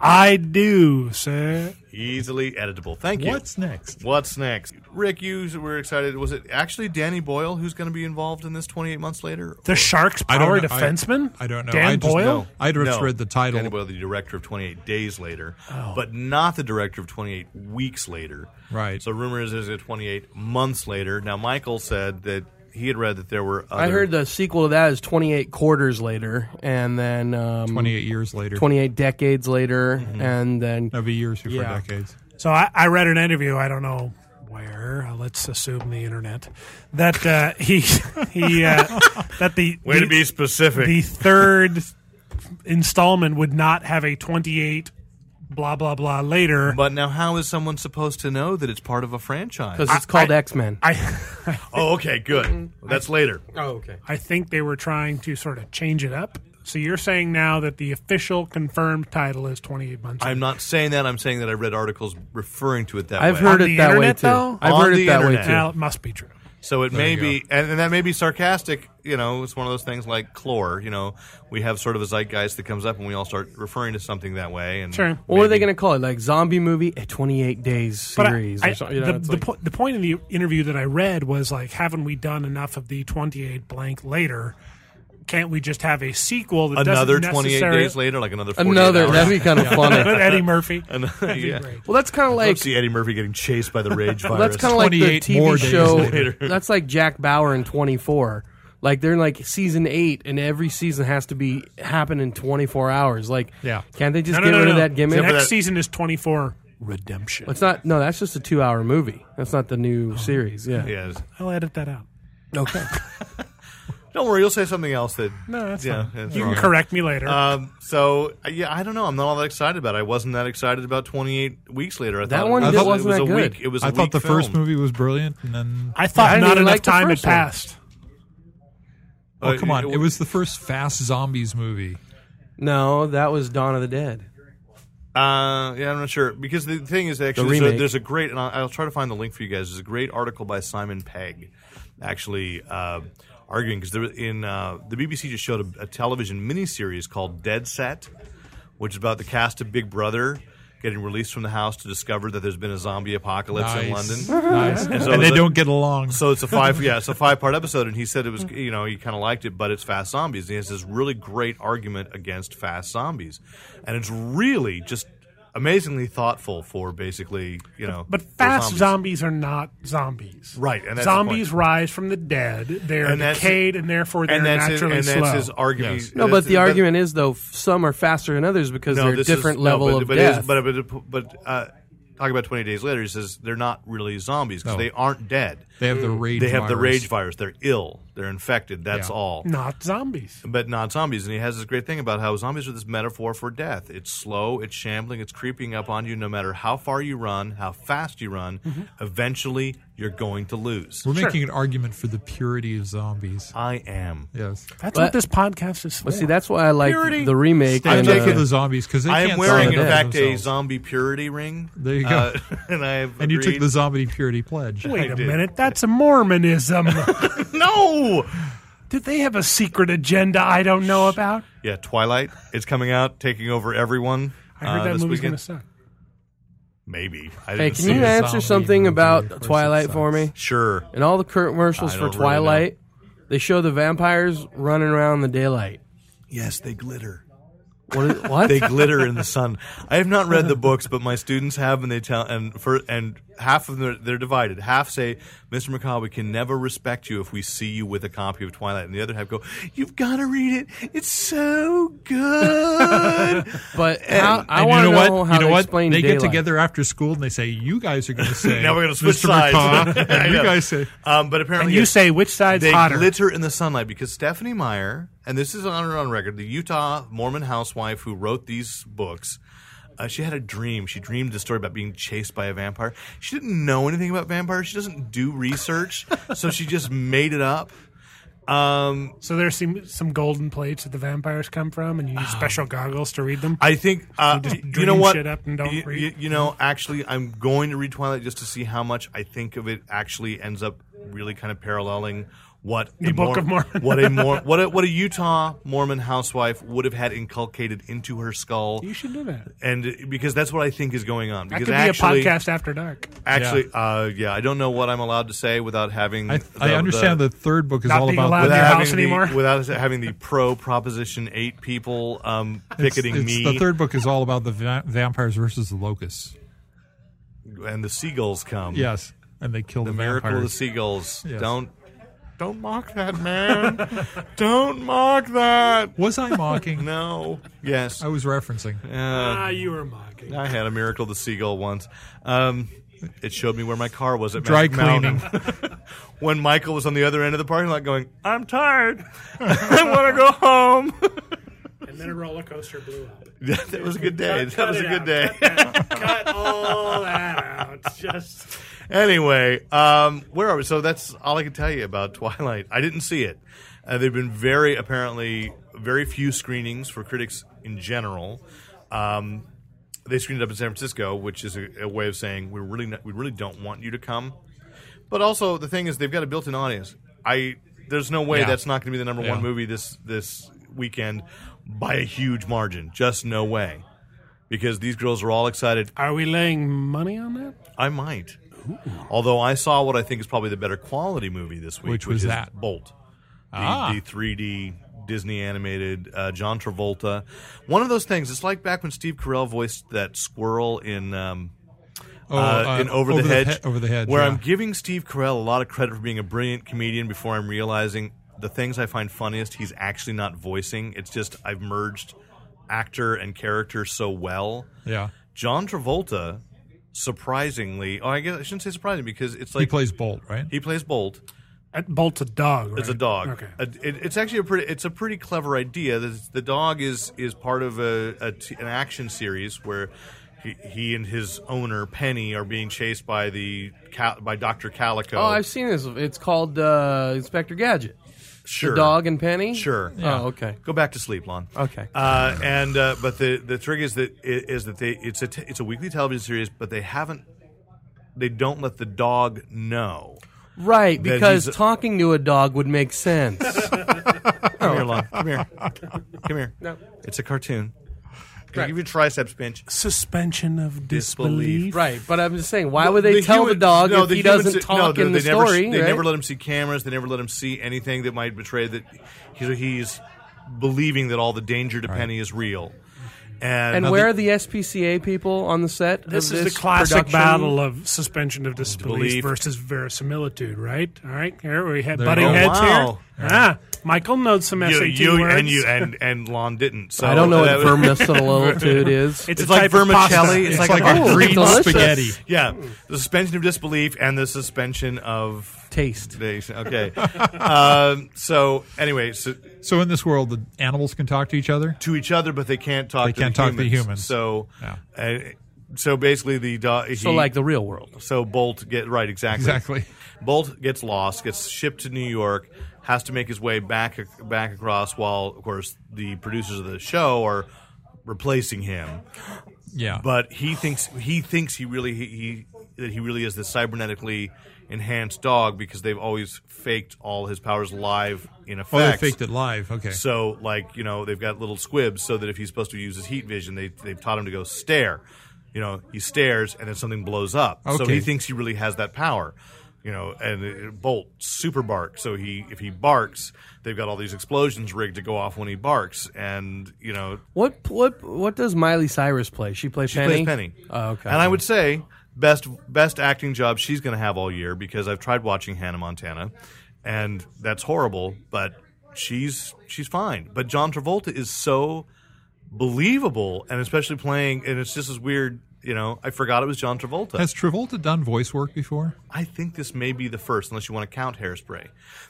E: I do, sir.
C: Easily editable. Thank you.
D: What's next?
C: What's next? Rick, you were excited. Was it actually Danny Boyle who's going to be involved in this 28 months later?
E: The Sharks'
D: I don't
E: power
D: know. I-
E: defenseman?
D: I, don't know.
E: Dan
D: I just,
E: Boyle?
D: No. I just
C: No.
D: read the title. Oh.
C: Danny Boyle, the director of 28 Days Later, but not the director of 28 Weeks Later.
D: Right.
C: So rumor is there's a 28 Months Later. Now, Michael said that he had read that there were other,
B: I heard the sequel to that is 28 quarters later, and then um,
D: 28 years later.
B: 28 decades later, and then
D: That'd be years before
B: Yeah.
D: decades.
E: So I, I read an interview. I don't know where. uh, Let's assume the internet that uh, he he uh, that the
C: Way to
E: the-
C: be specific.
E: the third installment would not have a twenty eight blah blah blah later.
C: but now, how is someone supposed to know that it's part of a franchise?
B: because it's called X Men.
E: I
C: Oh, okay, good. That's later.
B: Oh, okay.
E: I think they were trying to sort of change it up. So you're saying now that the official confirmed title is twenty eight months.
C: I'm not saying that. I'm saying that I read articles referring to it that
B: I've
C: way.
B: heard
E: On
B: it
E: the
B: that way
E: internet,
B: too.
E: though?
B: I've
C: On
B: heard
C: the
B: it that
C: internet.
B: way too.
E: Well, it must be true.
C: So it may
D: you
C: be, and, and that may be sarcastic. You know, it's one of those things like chlor. You know, we have sort of a zeitgeist that comes up, and we all start referring to something that way. And
E: Sure.
B: What are they going to call it? Like zombie movie, a 28 days
E: But I-
B: series
E: I-
B: or something. You know,
E: the,
B: it's
E: the
B: like-
E: po- the point of the interview that I read was like, haven't we done enough of the 28 blank later? Can't we just have a sequel that
C: another
E: doesn't
C: 28
E: necessarily-
C: days later, like another 48
B: another.
C: hours.
B: That'd be kind of funny.
E: With Eddie Murphy.
C: And, yeah.
B: Well, that's kind of
C: I
B: like
C: see Eddie Murphy getting chased by the rage virus.
B: Well, that's kind of like the
D: 28 more
B: TV
D: days
B: show.
D: later.
B: That's like Jack Bauer in 24. Like they're in like season eight, and every season has to be happen in 24 hours. Like,
D: Yeah.
B: can't they just
E: No,
B: get
E: no, no,
B: rid of
E: no.
B: that gimmick?
E: Next
C: that-
E: season is 24 Redemption.
B: it's not. No, that's just a two-hour movie. That's not the
E: Oh.
B: new series. Yeah.
C: Yes.
E: I'll edit that out.
B: Okay.
C: Don't worry, you'll say something else that.
E: No, that's
C: yeah,
E: fine.
C: that's
E: You
C: all
E: can
C: right.
E: correct me later.
C: Um, so uh, yeah, I don't know. I'm not all that excited about. it. I wasn't that excited about 28 weeks later. I
B: That
C: thought
B: one
C: it was,
B: that
C: it
B: wasn't
C: was
B: that
C: a
B: good.
C: week. It was. a
D: I
C: week
D: thought the first
C: film.
D: movie was brilliant, and then
E: I thought
B: I didn't
E: not
B: even
E: enough
B: like the
E: time had
B: first one.
E: passed.
D: oh
C: Uh,
D: come on,
C: it-
D: it was the first Fast Zombies movie.
B: No, that was Dawn of the Dead.
C: Uh, yeah, I'm not sure because the thing is actually
B: The
C: there's a,
B: remake.
C: there's a great and I'll, I'll try to find the link for you guys. There's a great article by Simon Pegg, actually uh, arguing because there in uh, the BBC just showed a, a television miniseries called Dead Set, which is about the cast of Big Brother getting released from the house to discover that there's been a zombie apocalypse in London.
D: Nice. Nice. and,
C: so
D: they
C: the-
D: don't get along.
C: So it's a five, yeah, it's a five part episode, and he said it was, you know, he kind of liked it, but it's fast zombies. And he has this really great argument against fast zombies, and it's really just amazingly thoughtful for basically, you know,
E: But
C: for
E: fast
C: zombies.
E: zombies. are not zombies.
C: Right, and that's the
E: zombies
C: point.
E: rise from the dead. They're
C: And that's-
E: decayed, and therefore they're
C: and that's his,
E: naturally
C: and
E: slow.
C: that's his argument.
D: Yes.
B: No, but the argument is though f- some are faster than others because they're
C: this is-
B: different
C: no,
B: level
C: but,
B: of
C: but it is-
B: death.
C: but but but uh, talking about twenty days later, he says they're not really zombies because
D: No.
C: they aren't dead.
D: they have the rage.
C: They have the
D: virus.
C: rage virus. They're ill. They're infected. That's
D: Yeah.
C: all.
E: not zombies.
C: but not zombies. And he has this great thing about how zombies are this metaphor for death. It's slow, it's shambling, it's creeping up on you no matter how far you run, how fast you run.
D: Mm-hmm.
C: Eventually, you're going to lose.
D: We're making an argument for the purity of zombies.
C: I am.
D: Yes.
E: That's
B: But-
E: what this podcast is for.
B: Well, see, that's why I like
C: Purity.
B: the remake.
D: I'm
B: and,
C: taking
D: taking
B: uh,
D: the zombies because they
C: I
D: can't
C: am wearing,
D: solve
C: in
D: it
C: fact, a
D: themselves.
C: zombie purity ring.
D: There you go.
C: Uh, and I have
D: And you took
C: agreed-
D: the zombie purity pledge.
E: Wait a
C: did.
E: minute, that's a Mormonism.
C: No!
E: Did they have a secret agenda I don't know about?
C: Yeah, Twilight. It's coming out, taking over everyone.
E: I heard
C: uh,
E: that
C: this
E: movie's
C: weekend.
E: going to suck.
C: Maybe. I
B: Hey,
C: didn't
B: can
C: see
B: you
C: it.
B: answer
D: zombie
B: something
D: movie,
B: about
D: of course it
B: Twilight for
D: sucks.
B: me?
C: Sure.
B: And all the commercials
C: I
B: for
C: don't really
B: Twilight, they show the vampires running around in the daylight.
C: Yes, they glitter.
B: What? Is, what?
C: they glitter in the sun. I have not read the books, but my students have, and they tell and for and half of them they're divided. Half say, "Mr. McCall, we can never respect you if we see you with a copy of Twilight," and the other half go, "You've got to read it. It's so good."
B: but how, I
D: And
B: want
D: you know
B: to
D: what?
B: know how
D: you know
B: they
D: what?
B: explain
D: They
B: daylight.
D: get together after school and they say, "You guys are going to say
C: now we're going to switch
D: Mr.
C: sides.
D: McCaw,"
C: I
D: and you
C: know.
D: guys say,
C: um, but apparently
E: And you
C: yes,
E: say which side's
C: they
E: hotter?
C: glitter in the sunlight because Stephanie Meyer, and this is on her own record, the Utah Mormon housewife who wrote these books. Uh, she had a dream. She dreamed a story about being chased by a vampire. She didn't know anything about vampires. She doesn't do research, so she just made it up. Um,
E: so there's some, some golden plates that the vampires come from, and you need special goggles to read them.
C: Uh, I think uh,
E: just
C: y- you
E: dream
C: know what.
E: shit up and don't
C: Y-
E: read.
C: y- you know, actually, I'm going to read Twilight just to see how much I think of it actually ends up really kind of paralleling what
E: The
C: a
E: Book of Mormon.
C: what a Mor- what a what a Utah Mormon housewife would have had inculcated into her skull,
E: You should do that.
C: and because that's what I think is going on.
E: That
C: Because
E: could
C: actually,
E: be a podcast after dark.
C: Actually, yeah. Uh, yeah, I don't know what I'm allowed to say without having.
D: I, I understand the, third book is
E: Not
D: all
E: being
D: about
E: allowed
D: the-
E: in your
C: without
E: house
C: having the-
E: anymore.
C: without having the pro Proposition Eight people um, picketing
D: it's-
C: me
D: The third book is all about the va- vampires versus the locusts.
C: and the seagulls come.
D: Yes, and they kill the,
C: the miracle of the
D: vampires.
C: seagulls.
D: Yes.
C: Don't don't mock that man. don't mock that.
D: Was I mocking?
C: No. Yes.
D: I was referencing.
C: Uh,
E: Ah, you were mocking.
C: I had a miracle of the seagull once. Um, it showed me where my car was at
D: Dry
C: Magic Mountain.
D: cleaning.
C: when Michael was on the other end of the parking lot, going, "I'm tired. I want to go home."
E: And then a roller coaster blew up.
C: Yeah, that was a good day.
E: Cut-
C: that
E: cut
C: was a
E: it
C: good
E: out.
C: day.
E: Cut all that out. Just
C: anyway, um, where are we? So that's all I can tell you about Twilight. I didn't see it. Uh, there've been very apparently very few screenings for critics in general. Um, they screened it up in San Francisco, which is a, a way of saying we really not, we really don't want you to come. But also the thing is they've got a built-in audience. I there's no way
D: Yeah.
C: that's not going to be the number one
D: Yeah.
C: movie this this weekend by a huge margin. Just no way. Because these girls are all excited.
E: Are we laying money on that?
C: I might. Although I saw what I think is probably the better quality movie this week,
D: Which was
C: is
D: that?
C: Bolt, the,
D: Ah.
C: the 3D Disney animated uh, John Travolta. One of those things. It's like back when Steve Carell voiced that squirrel in. Um,
D: Oh,
C: uh,
D: uh,
C: in over, the, hedge,
D: He- over the hedge.
C: where
D: yeah.
C: I'm giving Steve Carell a lot of credit for being a brilliant comedian before I'm realizing the things I find funniest he's actually not voicing. It's just I've merged actor and character so well.
D: yeah.
C: John Travolta, surprisingly, oh, I guess I shouldn't say surprising because it's like
D: he plays Bolt, right?
C: he plays Bolt.
E: That Uh, bolt's a dog. Right?
C: It's a dog.
E: Okay.
C: A- it- it's actually a pretty. It's a pretty clever idea. The, the dog is is part of a, a t- an action series where. He, he and his owner Penny are being chased by the cal- by Doctor Calico.
B: Oh, I've seen this. It's called uh, Inspector Gadget.
C: sure,
B: The dog and Penny.
C: Sure.
B: Oh, okay.
C: Go back to sleep, Lon.
B: Okay.
C: Uh, and uh, but the the trick is that is that they it's a t- it's a weekly television series, but they haven't they don't let the dog know.
B: Right,
C: That
B: because
C: he's-
B: talking to a dog would make sense.
C: Come here, Lon. Come here. Come here. No. It's a cartoon. Can I give you a triceps pinch?
E: Suspension of
C: Disbelief.
E: disbelief.
B: right, but I'm just saying, why would they tell the dog
C: no,
B: if
C: the
B: he
C: humans-
B: doesn't
C: no,
B: talk
C: they-
B: in
C: they
B: the
C: never,
B: story?
C: They
B: right?
C: never let him see cameras. They never let him see anything that might betray that he's, he's believing that all the danger to Penny is real. And,
B: and
C: now
B: where are the SPCA people on the set? of
E: This,
B: this
E: is the classic
B: production?
E: battle of suspension of disbelief
C: Belief.
E: versus verisimilitude, right? All right, here we have
D: There
E: butting
D: you go.
E: heads
C: Wow.
E: here. Ah, Michael knows some
C: you,
E: SAT
C: you
E: words.
C: and you and and Lon didn't. So
B: I don't know
C: that
B: what
C: was-
B: vermicellotude is.
E: it's,
C: It's
E: a
C: like
E: type of pasta.
C: vermicelli. It's, like,
B: like
C: a
B: a
C: green
B: delicious.
D: spaghetti.
C: Yeah, the suspension of disbelief and the suspension of
B: Taste.
C: Okay. um, so anyway, so
D: So in this world, the animals can talk to each other.
C: to each other, but they can't talk.
D: They
C: to
D: can't
C: the
D: talk to
C: humans.
D: the
C: So,
D: humans. Yeah.
C: uh, so basically, the dog.
B: So, like the real world.
C: so Bolt get right exactly.
D: Exactly.
C: Bolt gets lost, gets shipped to New York, has to make his way back back across. While of course the producers of the show are replacing him.
D: Yeah.
C: but he thinks he thinks he really he, he that he really is the cybernetically enhanced dog because they've always faked all his powers live in effect.
D: oh, they faked it live. Okay.
C: So like you know they've got little squibs so that if he's supposed to use his heat vision they they've taught him to go stare. You know he stares and then something blows up. So
D: Okay.
C: he thinks he really has that power. You know, and it, Bolt super bark. So he, if he barks, they've got all these explosions rigged to go off when he barks, and you know
B: What what what does Miley Cyrus play? She plays
C: she
B: Penny.
C: plays Penny.
B: Oh, okay.
C: And I would say best best acting job she's going to have all year because I've tried watching Hannah Montana, and that's horrible. But she's she's fine. But John Travolta is so believable, and especially playing, and it's just as weird. You know, I forgot it was John Travolta.
D: Has Travolta done voice work before?
C: I think this may be the first, unless you want to count Hairspray.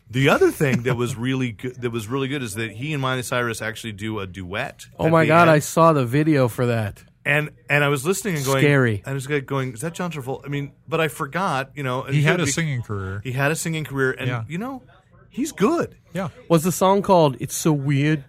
C: The other thing that was really good, that was really good, is that he and Miley Cyrus actually do a duet.
B: oh my God! I saw the video for that.
C: And and I was listening and going
B: Scary.
C: And I was going, is that John Travolta? I mean, but I forgot. You know, and
D: He had
C: could
D: a
C: be-
D: singing career.
C: He had a singing career, and
D: Yeah.
C: you know, he's good.
D: Yeah.
B: Was the song called "It's So Weird"?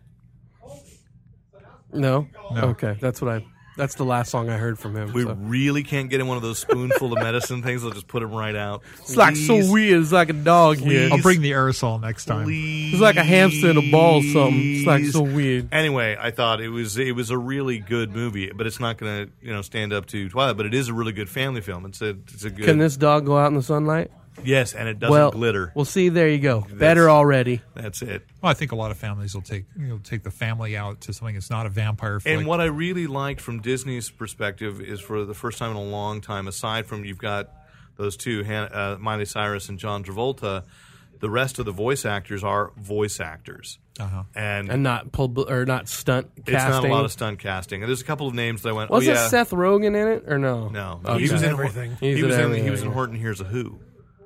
B: No.
D: No.
B: Okay, that's what I. That's the last song I heard from him.
C: We
B: so.
C: really can't get him one of those spoonful of medicine things. They'll just put him right out.
B: It's like so
C: Please,
B: weird. It's like a dog here.
D: I'll bring the aerosol next time.
C: please.
B: It's like a hamster in a ball. Or something. It's like so weird.
C: Anyway, I thought it was it was a really good movie, but it's not going to you know stand up to Twilight. But it is a really good family film. It's a it's a good
B: Can this dog go out in the sunlight?
C: yes, and it doesn't
B: Well,
C: glitter.
B: Well, see, there you go. Better already.
C: That's it.
D: Well, I think a lot of families will take you know, take the family out to something that's not a vampire flick.
C: And what I really liked from Disney's perspective is for the first time in a long time, aside from you've got those two, Han- uh, Miley Cyrus and John Travolta, the rest of the voice actors are voice actors.
D: Uh-huh.
C: And,
B: And not pub- or not stunt
C: it's not a
B: casting.
C: lot of stunt casting. And there's a couple of names that I went,
B: was
C: oh,
B: it
C: yeah.
B: Seth Rogen in it or no? Oh,
C: no,
B: Okay.
C: he was in
E: Everything.
C: He,
B: He's
C: was
B: in
C: in, he was
B: everything.
C: in Horton Hears a Who,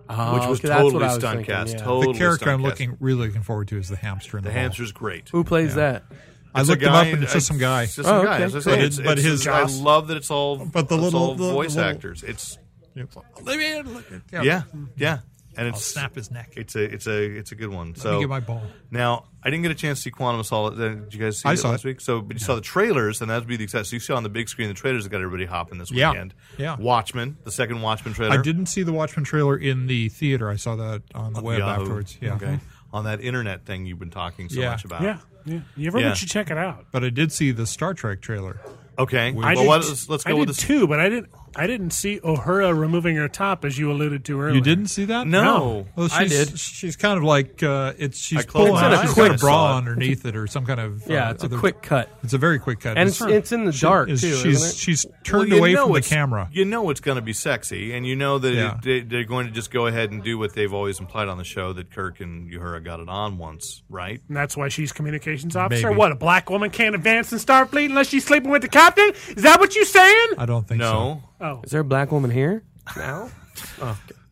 B: Oh,
C: which was
B: okay, that's what
C: totally
B: I was
C: stunt
B: thinking,
C: cast.
B: yeah.
C: Totally
D: the character
C: stunt
D: I'm
C: cast.
D: looking really looking forward to is the hamster in the,
C: The
D: hall.
C: hamster's great.
B: Who plays that?
C: Uh,
D: I
C: It's a
D: looked him up
C: guy-
D: and it's just some guy.
C: It's just
B: Oh, okay,
C: some guy. As I
B: cool.
C: said,
B: But
C: it's-
D: it- but
C: it's-
D: his-
C: I love that it's all,
D: But the
C: it's
D: little-
C: all
D: the- the
C: voice
D: little-
C: actors. It's
D: Yep. Let me in, look at-
C: Yeah, yeah, and
D: Mm-hmm. I'll
C: it's
D: snap his neck.
C: It's a it's a it's a good one. So
D: Let me get my ball.
C: now I didn't get a chance to see Quantum of Solace. Uh, Did you guys see
D: I
C: it
D: saw
C: last
D: it.
C: week? So, but you saw the trailers, and that would be the exciting. So you saw on the big screen the trailers that got everybody hopping this
D: Yeah,
C: weekend.
D: yeah.
C: Watchmen, the second Watchmen trailer.
D: I didn't see the Watchmen trailer in the theater. I saw that on the web
C: Yahoo.
D: afterwards. Yeah. Mm-hmm.
C: Okay. On that internet thing you've been talking so
D: Yeah.
C: much about.
E: Yeah, yeah. You everyone
C: Yeah.
E: should check it out.
D: But I did see the Star Trek trailer.
C: Okay.
E: I
C: Well,
E: did-
C: why don't- let's, let's
E: I
C: go with
E: did
C: this.
E: two, but I didn't. I didn't see O'Hara removing her top as you alluded to earlier.
D: You didn't see that?
C: No.
D: Well, she's,
B: I did.
D: She's kind of like uh, it's.
C: I
D: She's
C: closed
D: pulling
C: my
D: out
C: eyes
D: a
C: when I
D: quick
C: saw
D: bra
C: it.
D: underneath it or some kind of.
B: Yeah,
D: uh,
B: it's a
D: other-
B: quick cut.
D: It's a very quick cut.
B: And it's, it's in the dark, too.
D: Is-
B: isn't
D: she's
B: it?
D: she's
C: Well,
D: turned
C: you
D: away
C: know
D: from the
C: it's-
D: camera.
C: You know it's going to be sexy, and you know that
D: Yeah.
C: it, they, they're going to just go ahead and do what they've always implied on the show that Kirk and Uhura got it on once, right?
E: And that's why she's communications officer.
D: Maybe.
E: What? A black woman can't advance in Starfleet unless she's sleeping with the captain? Is that what you saying?
D: I don't think so.
C: No.
E: Oh,
B: Is there a black woman here?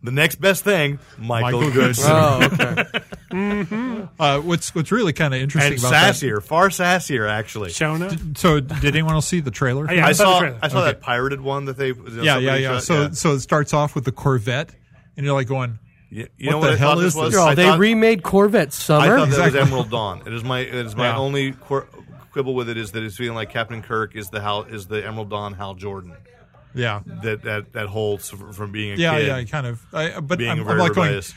C: The next best thing, Michael,
D: Michael
C: Goodson.
D: Goodson.
B: Oh, okay.
D: Uh, what's what's really kind of interesting
C: and
D: about
C: sassier, far sassier actually.
E: Shona. Oh,
D: that? So did anyone else see the trailer?
E: yeah,
C: I
E: I saw
C: saw
E: the trailer.
C: I saw that pirated one that they you know,
D: yeah, yeah,
C: somebody
D: yeah.
C: shot-
D: So so it starts off with the Corvette, and you're like going,
C: yeah. you
D: what
C: know
D: the
C: what I
D: hell
C: thought
D: is
C: this was?
D: this?
B: Girl,
C: I
B: they
C: thought,
B: remade Corvette
C: I
B: Summer.
C: thought that
D: Exactly.
C: was Emerald Dawn. It is my it is my
D: Yeah.
C: only quir- quibble with it is that it's feeling like Captain Kirk is the Hal is the Emerald Dawn Hal Jordan.
D: yeah,
C: That that that whole s- from being a
D: yeah,
C: kid,
D: yeah, kind of. I, uh, but
C: being
D: I'm,
C: a
D: I'm
C: very
D: like going,
C: rebellious.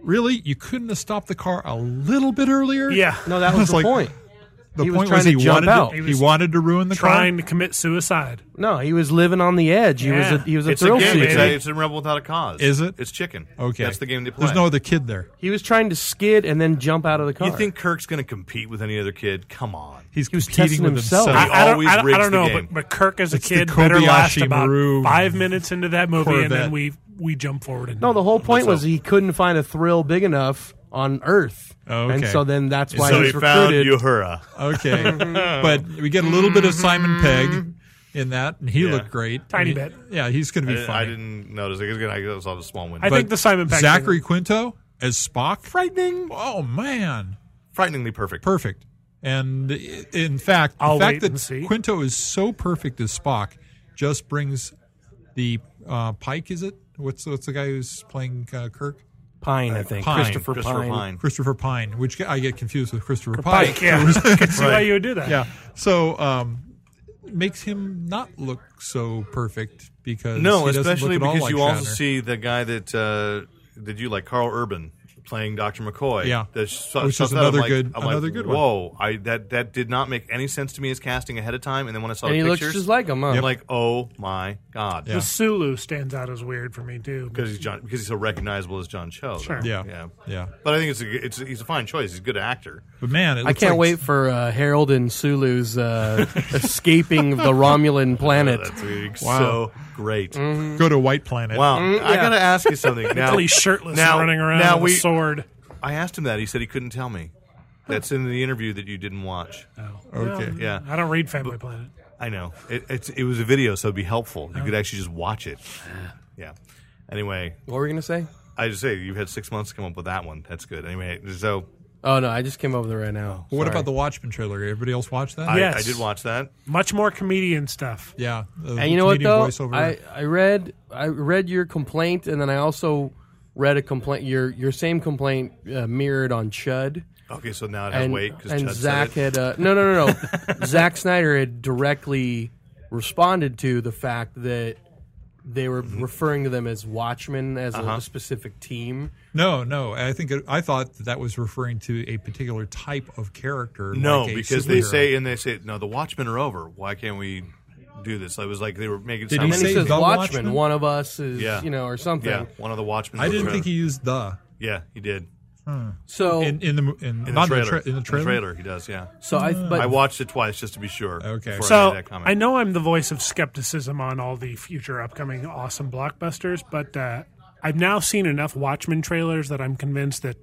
D: really? You couldn't have stopped the car a little bit earlier?
E: Yeah.
B: no, that
D: I
B: was the
D: like,
B: point.
D: The
B: He was
D: point
B: trying to
D: he
B: jump
D: wanted
B: out.
D: To,
E: He
D: he,
E: was
D: wanted to ruin the
E: Trying
D: car.
E: to commit suicide.
B: No, he was living on the edge. He was
E: Yeah.
B: a, he was a
C: It's a
B: thrill
C: game. It's,
B: seeker.
C: a, it's a Rebel Without a Cause.
D: "Oh, Is it?
C: It's chicken.
D: Okay,
C: that's the game they play.
D: There's no other kid there.
B: He was trying to skid and then jump out of the car.
C: you think Kirk's going to compete with any other kid? Come on.
D: He's
B: was
D: competing
B: testing
D: with
B: himself.
D: himself.
C: He
E: I, I don't,
C: always
E: I, don't- I
C: rigs
E: don't
C: the
E: know,
C: game.
E: but, but Kirk as a
D: It's the
E: kid better last
D: Kobayashi
E: about
D: Maru
E: five minutes into that movie, and
D: Corvette.
E: then we we jump forward. And
B: No, the whole point
C: Let's
B: was
C: hope.
B: he couldn't find a thrill big enough on Earth,
D: Oh, okay.
B: and so then that's why
C: so
B: he
C: he
B: was
C: found
B: recruited.
C: Uhura.
D: okay,
E: Mm-hmm.
D: but we get a little bit of Simon Pegg in that, and he
C: Yeah.
D: looked great.
E: Tiny
D: He-
E: bit.
D: Yeah, he's going to be
C: I,
D: fine.
C: I didn't notice. I was gonna- I saw the small window.
E: I think the Simon Pegg
D: Zachary Quinto as Spock.
C: frightening,
D: Oh man,
C: frighteningly perfect.
D: perfect. And i- in fact, the
E: I'll
D: fact
E: wait
D: that
E: and see.
D: Quinto is so perfect as Spock just brings the uh, Pike. Is it what's what's the guy who's playing uh, Kirk?
B: Pine, I think.
D: Pine.
B: Christopher,
C: Christopher
B: Pine.
C: Pine.
D: Christopher Pine, which I get confused with Christopher Pike.
E: Pike. Yeah, I could see why you would do that.
D: Yeah. So um, makes him not look so perfect because
C: No,
D: he doesn't
C: especially
D: look at all
C: because
D: like
C: you also
D: Shatner.
C: see the guy that uh, did you like, Carl Urban, playing Doctor McCoy.
D: Yeah.
C: That's so-
D: Which
C: stuff
D: is
C: that I'm
D: another
C: like-
D: good-
C: I'm like,
D: another good one.
C: Whoa, I that that did not make any sense to me as casting ahead of time, and then when I saw
B: And
C: the
B: he looks
C: pictures,
B: just like him, huh?
C: I'm like, oh my god,
E: The Sulu stands out as weird for me too.
C: because he's John, because he's so recognizable as John Cho. though.
E: Sure.
D: Yeah.
C: yeah,
D: Yeah.
C: But I think it's a, g- it's he's a fine choice. He's a good actor.
D: But man, it
B: I
D: looks
B: can't
D: like-
B: wait for uh, Harold and Sulu's uh, escaping the Romulan planet.
C: That's so great.
E: Mm-hmm.
D: Go to White Planet.
C: Wow, I
B: yeah.
C: gotta ask you something now.
E: Really shirtless
C: now-
E: and running around
C: now
E: with
C: we-
E: a sword.
C: I asked him that. He said he couldn't tell me. That's in the interview that you didn't watch.
D: Okay.
C: Yeah.
E: I don't read Family Planet.
C: I know. It, it's, it was a video, so it'd be helpful. You could actually just watch it. Yeah. Anyway,
B: What were we gonna say?
C: I just say you've had six months to come up with that one. That's good. Anyway, so
B: Oh no, I just came over there right now.
D: But what
B: Sorry.
D: about the Watchmen trailer? Everybody else watch that?
C: I,
E: Yes.
C: I did watch that.
E: Much more comedian stuff.
D: Yeah. the
B: And you know what
D: Canadian
B: though?
D: voiceover.
B: I, I read I read your complaint, and then I also read a complaint your your same complaint uh, mirrored on Chud.
C: Okay, so now it has
B: and,
C: weight because
B: and
C: Chud
B: Zach
C: said it.
B: had uh, no no no no. Zach Snyder had directly responded to the fact that they were
C: Mm-hmm.
B: referring to them as Watchmen as
C: Uh-huh.
B: a specific team.
D: No, no. I think it, I thought that, that was referring to a particular type of character.
C: No,
D: like a
C: because they
D: superhero.
C: say and they say no. The Watchmen are over. Why can't we do this? It was like they were making. it
D: Did
C: sound
B: And then
D: he
C: like-
B: he
D: say
B: says,
D: the
B: Watchmen,
D: Watchmen?
B: one of us is,
C: Yeah.
B: you know, or something.
C: Yeah, one of the Watchmen.
D: I
C: was
D: didn't
C: there.
D: think he used the
C: Yeah, he did.
B: So,
D: in in the mo- in,
C: In
D: not
C: the
D: in
C: trailer.
D: the tra- in the trailer.
C: he does. Yeah,
B: so I, but
C: I watched it twice just to be sure. before I,
D: Okay.
C: made
E: So
C: that comment.
E: I know I'm the voice of skepticism on all the future upcoming awesome blockbusters, but uh, I've now seen enough Watchmen trailers that I'm convinced that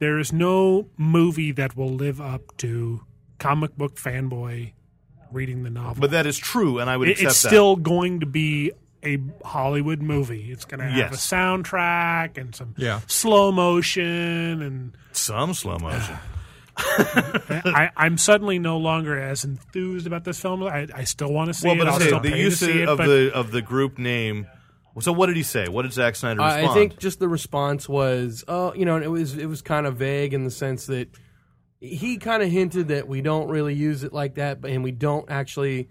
E: there is no movie that will live up to comic book fanboy reading the novel.
C: but that is true, and I would
E: It-
C: accept
E: it's
C: that.
E: still going to be a Hollywood movie. It's going to have
C: Yes.
E: a soundtrack and some
D: Yeah.
E: slow motion, and
C: some slow motion.
E: I, I'm suddenly no longer as enthused about this film. I, I still want to see
C: well,
E: it.
C: but
E: I'll
C: I say
E: still
C: the
E: pay
C: use
E: to see it,
C: of
E: but-
C: the of the group name. So what did he say? What did Zack Snyder
B: I-
C: respond?
B: I think just the response was, oh, you know, and it was it was kind of vague in the sense that he kind of hinted that we don't really use it like that, but and we don't actually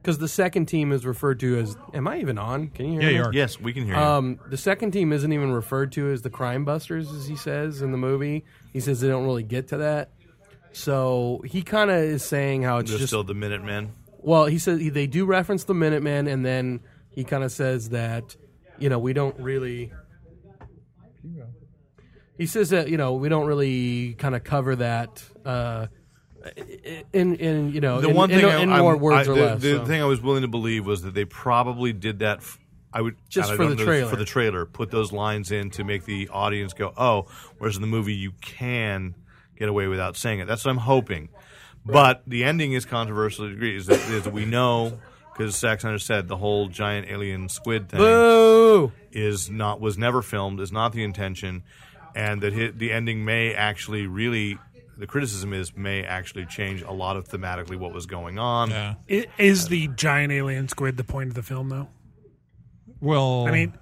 B: because the second team is referred to as. Am I even on? Can you hear
D: Yeah,
B: me?
D: you are.
C: yes, we can hear you.
B: Um, the second team isn't even referred to as the Crime Busters, as he says in the movie. He says they don't really get to that. So he kind of is saying how it's
C: Just,
B: just
C: still the Minutemen.
B: well, he says he, they do reference the Minutemen, and then he kind of says that, you know, we don't really. He says that you know we don't really kind of cover that, uh, in in you know
C: The
B: in,
C: one
B: in-
C: thing I,
B: in
C: I'm-
B: more words
C: I,
B: or
C: the,
B: less.
C: the
B: so.
C: thing I was willing to believe was that they probably did that. F- I would
B: Just
C: I
B: for
C: don't
B: the
C: know,
B: trailer.
C: For the trailer, put those lines in to make the audience go, "Oh." Whereas in the movie, you can get away without saying it. That's what I'm hoping. But the ending is controversial. to Agree is that, is that we know because Zack Snyder said the whole giant alien squid thing
B: Boo!
C: is not was never filmed is not the intention and that hi the ending may actually really the criticism is may actually change a lot of thematically what was going on
D: Yeah.
E: I- Is the giant alien squid the point of the film, though?
D: Well,
E: I mean,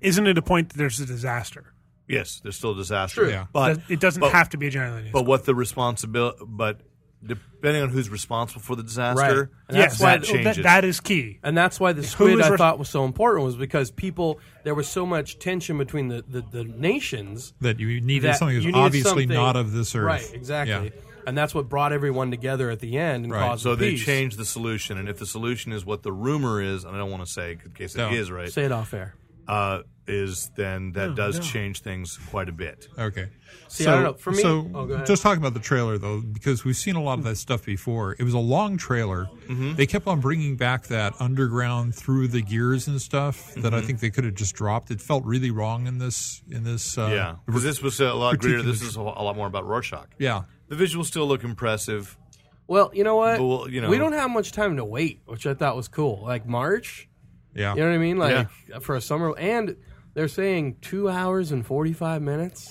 E: isn't it a point that there's a disaster?
C: yes there's still a disaster
D: Yeah.
C: but
E: It doesn't
C: but-
E: have to be a giant alien
C: but what the responsibility but depending on who's responsible for the disaster
B: Right. And
E: yes,
B: that's why
E: that,
C: that changes
E: that is key.
B: And that's why the squid
E: is
B: I
E: res-
B: thought was so important was because people there was so much tension between the the, the nations
D: that you needed
B: that
D: something that's
B: you needed
D: obviously
B: something-
D: not of this earth.
B: Right, exactly.
D: Yeah.
B: And that's what brought everyone together at the end and
D: Right,
B: caused
C: so they
B: peace.
C: change the solution and if the solution is what the rumor is and i don't want to say in case it is
D: No.
C: right
B: Say it off air.
C: uh, is then that does change things quite a bit
D: Okay.
B: See, I don't know. For me-
D: so
B: oh, go ahead.
D: just talking about the trailer though, because we've seen a lot of that stuff before. It was a long trailer. They kept on bringing back that underground through the gears and stuff that I think they could have just dropped. It felt really wrong in this in this. Uh,
C: yeah because this was a lot greater
D: particular-
C: this is a lot more about rorschach
D: yeah.
C: The visuals still look impressive.
B: Well, you know what?
C: But we'll- you know-
B: we don't have much time to wait, which I thought was cool. Like March,
D: Yeah.
B: you know what I mean? Like for a summer, and they're saying two hours and forty five minutes.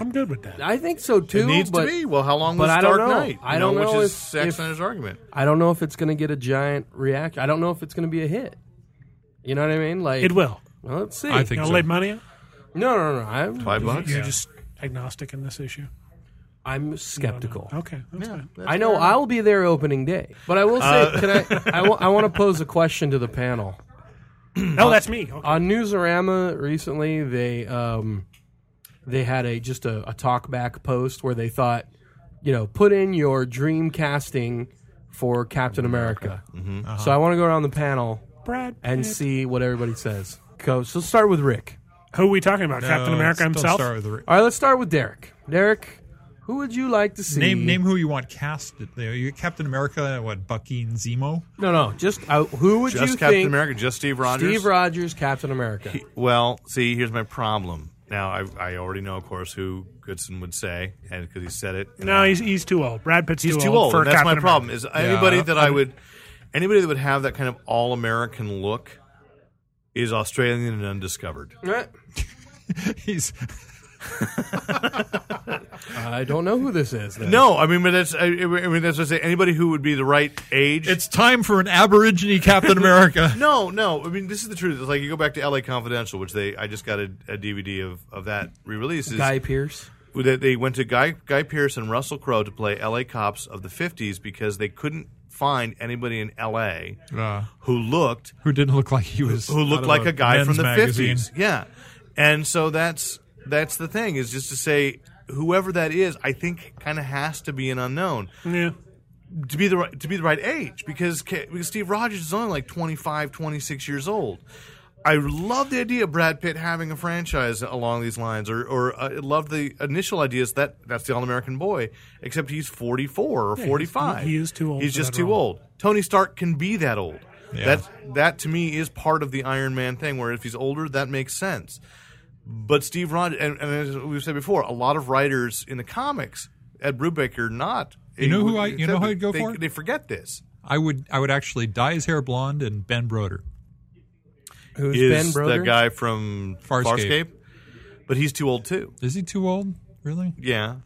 E: I'm good with that.
B: I think so too.
C: It needs
B: but
C: to be. Well, how long
B: but
C: was
B: I don't
C: Dark
B: know.
C: Knight?
B: I
C: You
B: don't know
C: Which is
B: if-
C: Zack
B: if-
C: Snyder's argument.
B: I don't know if it's going to get a giant reaction. I don't know if it's going to be a hit. You know what I mean? Like
E: It will.
B: Well, let's see.
D: I
E: You
D: think
E: know,
D: so.
E: lay money on.
B: no, no, no. I'm
C: Five bucks.
E: You're just agnostic in this issue.
B: I'm skeptical.
E: Okay, that's fine.
B: I know I will be there opening day, but I will say, can I? I want to pose a question to the panel.
E: No, Oh, that's me.
C: Uh,
E: Okay.
B: On Newsarama recently, they um, they had a just a, a talk back post where they thought, you know, put in your dream casting for Captain America. So I want to go around the panel
E: Brad
B: and see what everybody says. Go. So start with Rick.
E: Who are we talking about? Captain
D: No,
E: America
D: don't
E: himself.
D: start with the-
B: All right, let's start with Derek. Derek, who would you like to see?
D: Name name who you want cast. There, you Captain America. What Bucky and Zemo?
B: No, no, just uh, who would
C: Just
B: you
C: Captain
B: think?
C: America. Just Steve Rogers.
B: Steve Rogers, Captain America.
C: Well, see, here's my problem. Now I, I already know, of course, who Goodson would say, and because he said it. and
E: No,
C: I-
E: he's he's too old. Brad Pitt's
C: he's
E: too,
C: too old.
E: for
C: and that's
E: Captain
C: my problem.
E: America.
C: Is anybody that I would, anybody that would have that kind of all-American look, is Australian and undiscovered.
B: Eh,
D: He's
B: I don't know who this is. Then.
C: No, I mean, but that's I, I mean that's what I say. Anybody who would be the right age.
D: it's time for an Aborigine Captain America.
C: No, no. I mean, this is the truth. It's like you go back to L.A. Confidential, which they I just got a, a DVD of of that re-release. is
B: Guy Pierce.
C: that they went to Guy Guy Pearce and Russell Crowe to play L.A. cops of the '50s because they couldn't find anybody in L.A.
D: Uh,
C: who looked
D: who didn't look like he was
C: who
D: out
C: looked
D: of
C: like a guy from
D: men's
C: the
D: magazine.
C: 50s. Yeah. And so that's that's the thing is just to say whoever that is, I think kind of has to be an unknown
E: Yeah.
C: to be the right, to be the right age because K- because Steve Rogers is only like 25, 26 years old. I love the idea of Brad Pitt having a franchise along these lines, or or uh, I love the initial ideas that that's the All American Boy, except he's forty four or forty five.
E: he is too old
C: He's
E: for
C: just
E: that
C: too
E: role.
C: old. Tony Stark can be that old.
D: Yeah.
C: That that to me is part of the Iron Man thing, where if he's older, that makes sense. But Steve Rogers, and, and as we've said before, a lot of writers in the comics, Ed Brubaker, not
D: You know who I- you know who I'd go
C: they,
D: for?
C: They forget this.
D: I would I would actually dye his hair blonde and Ben Broder.
B: Who's
C: Is
B: Ben Broder?
C: the guy from
D: Farscape.
C: Farscape. but he's too old too.
D: Is he too old? Really?
C: Yeah,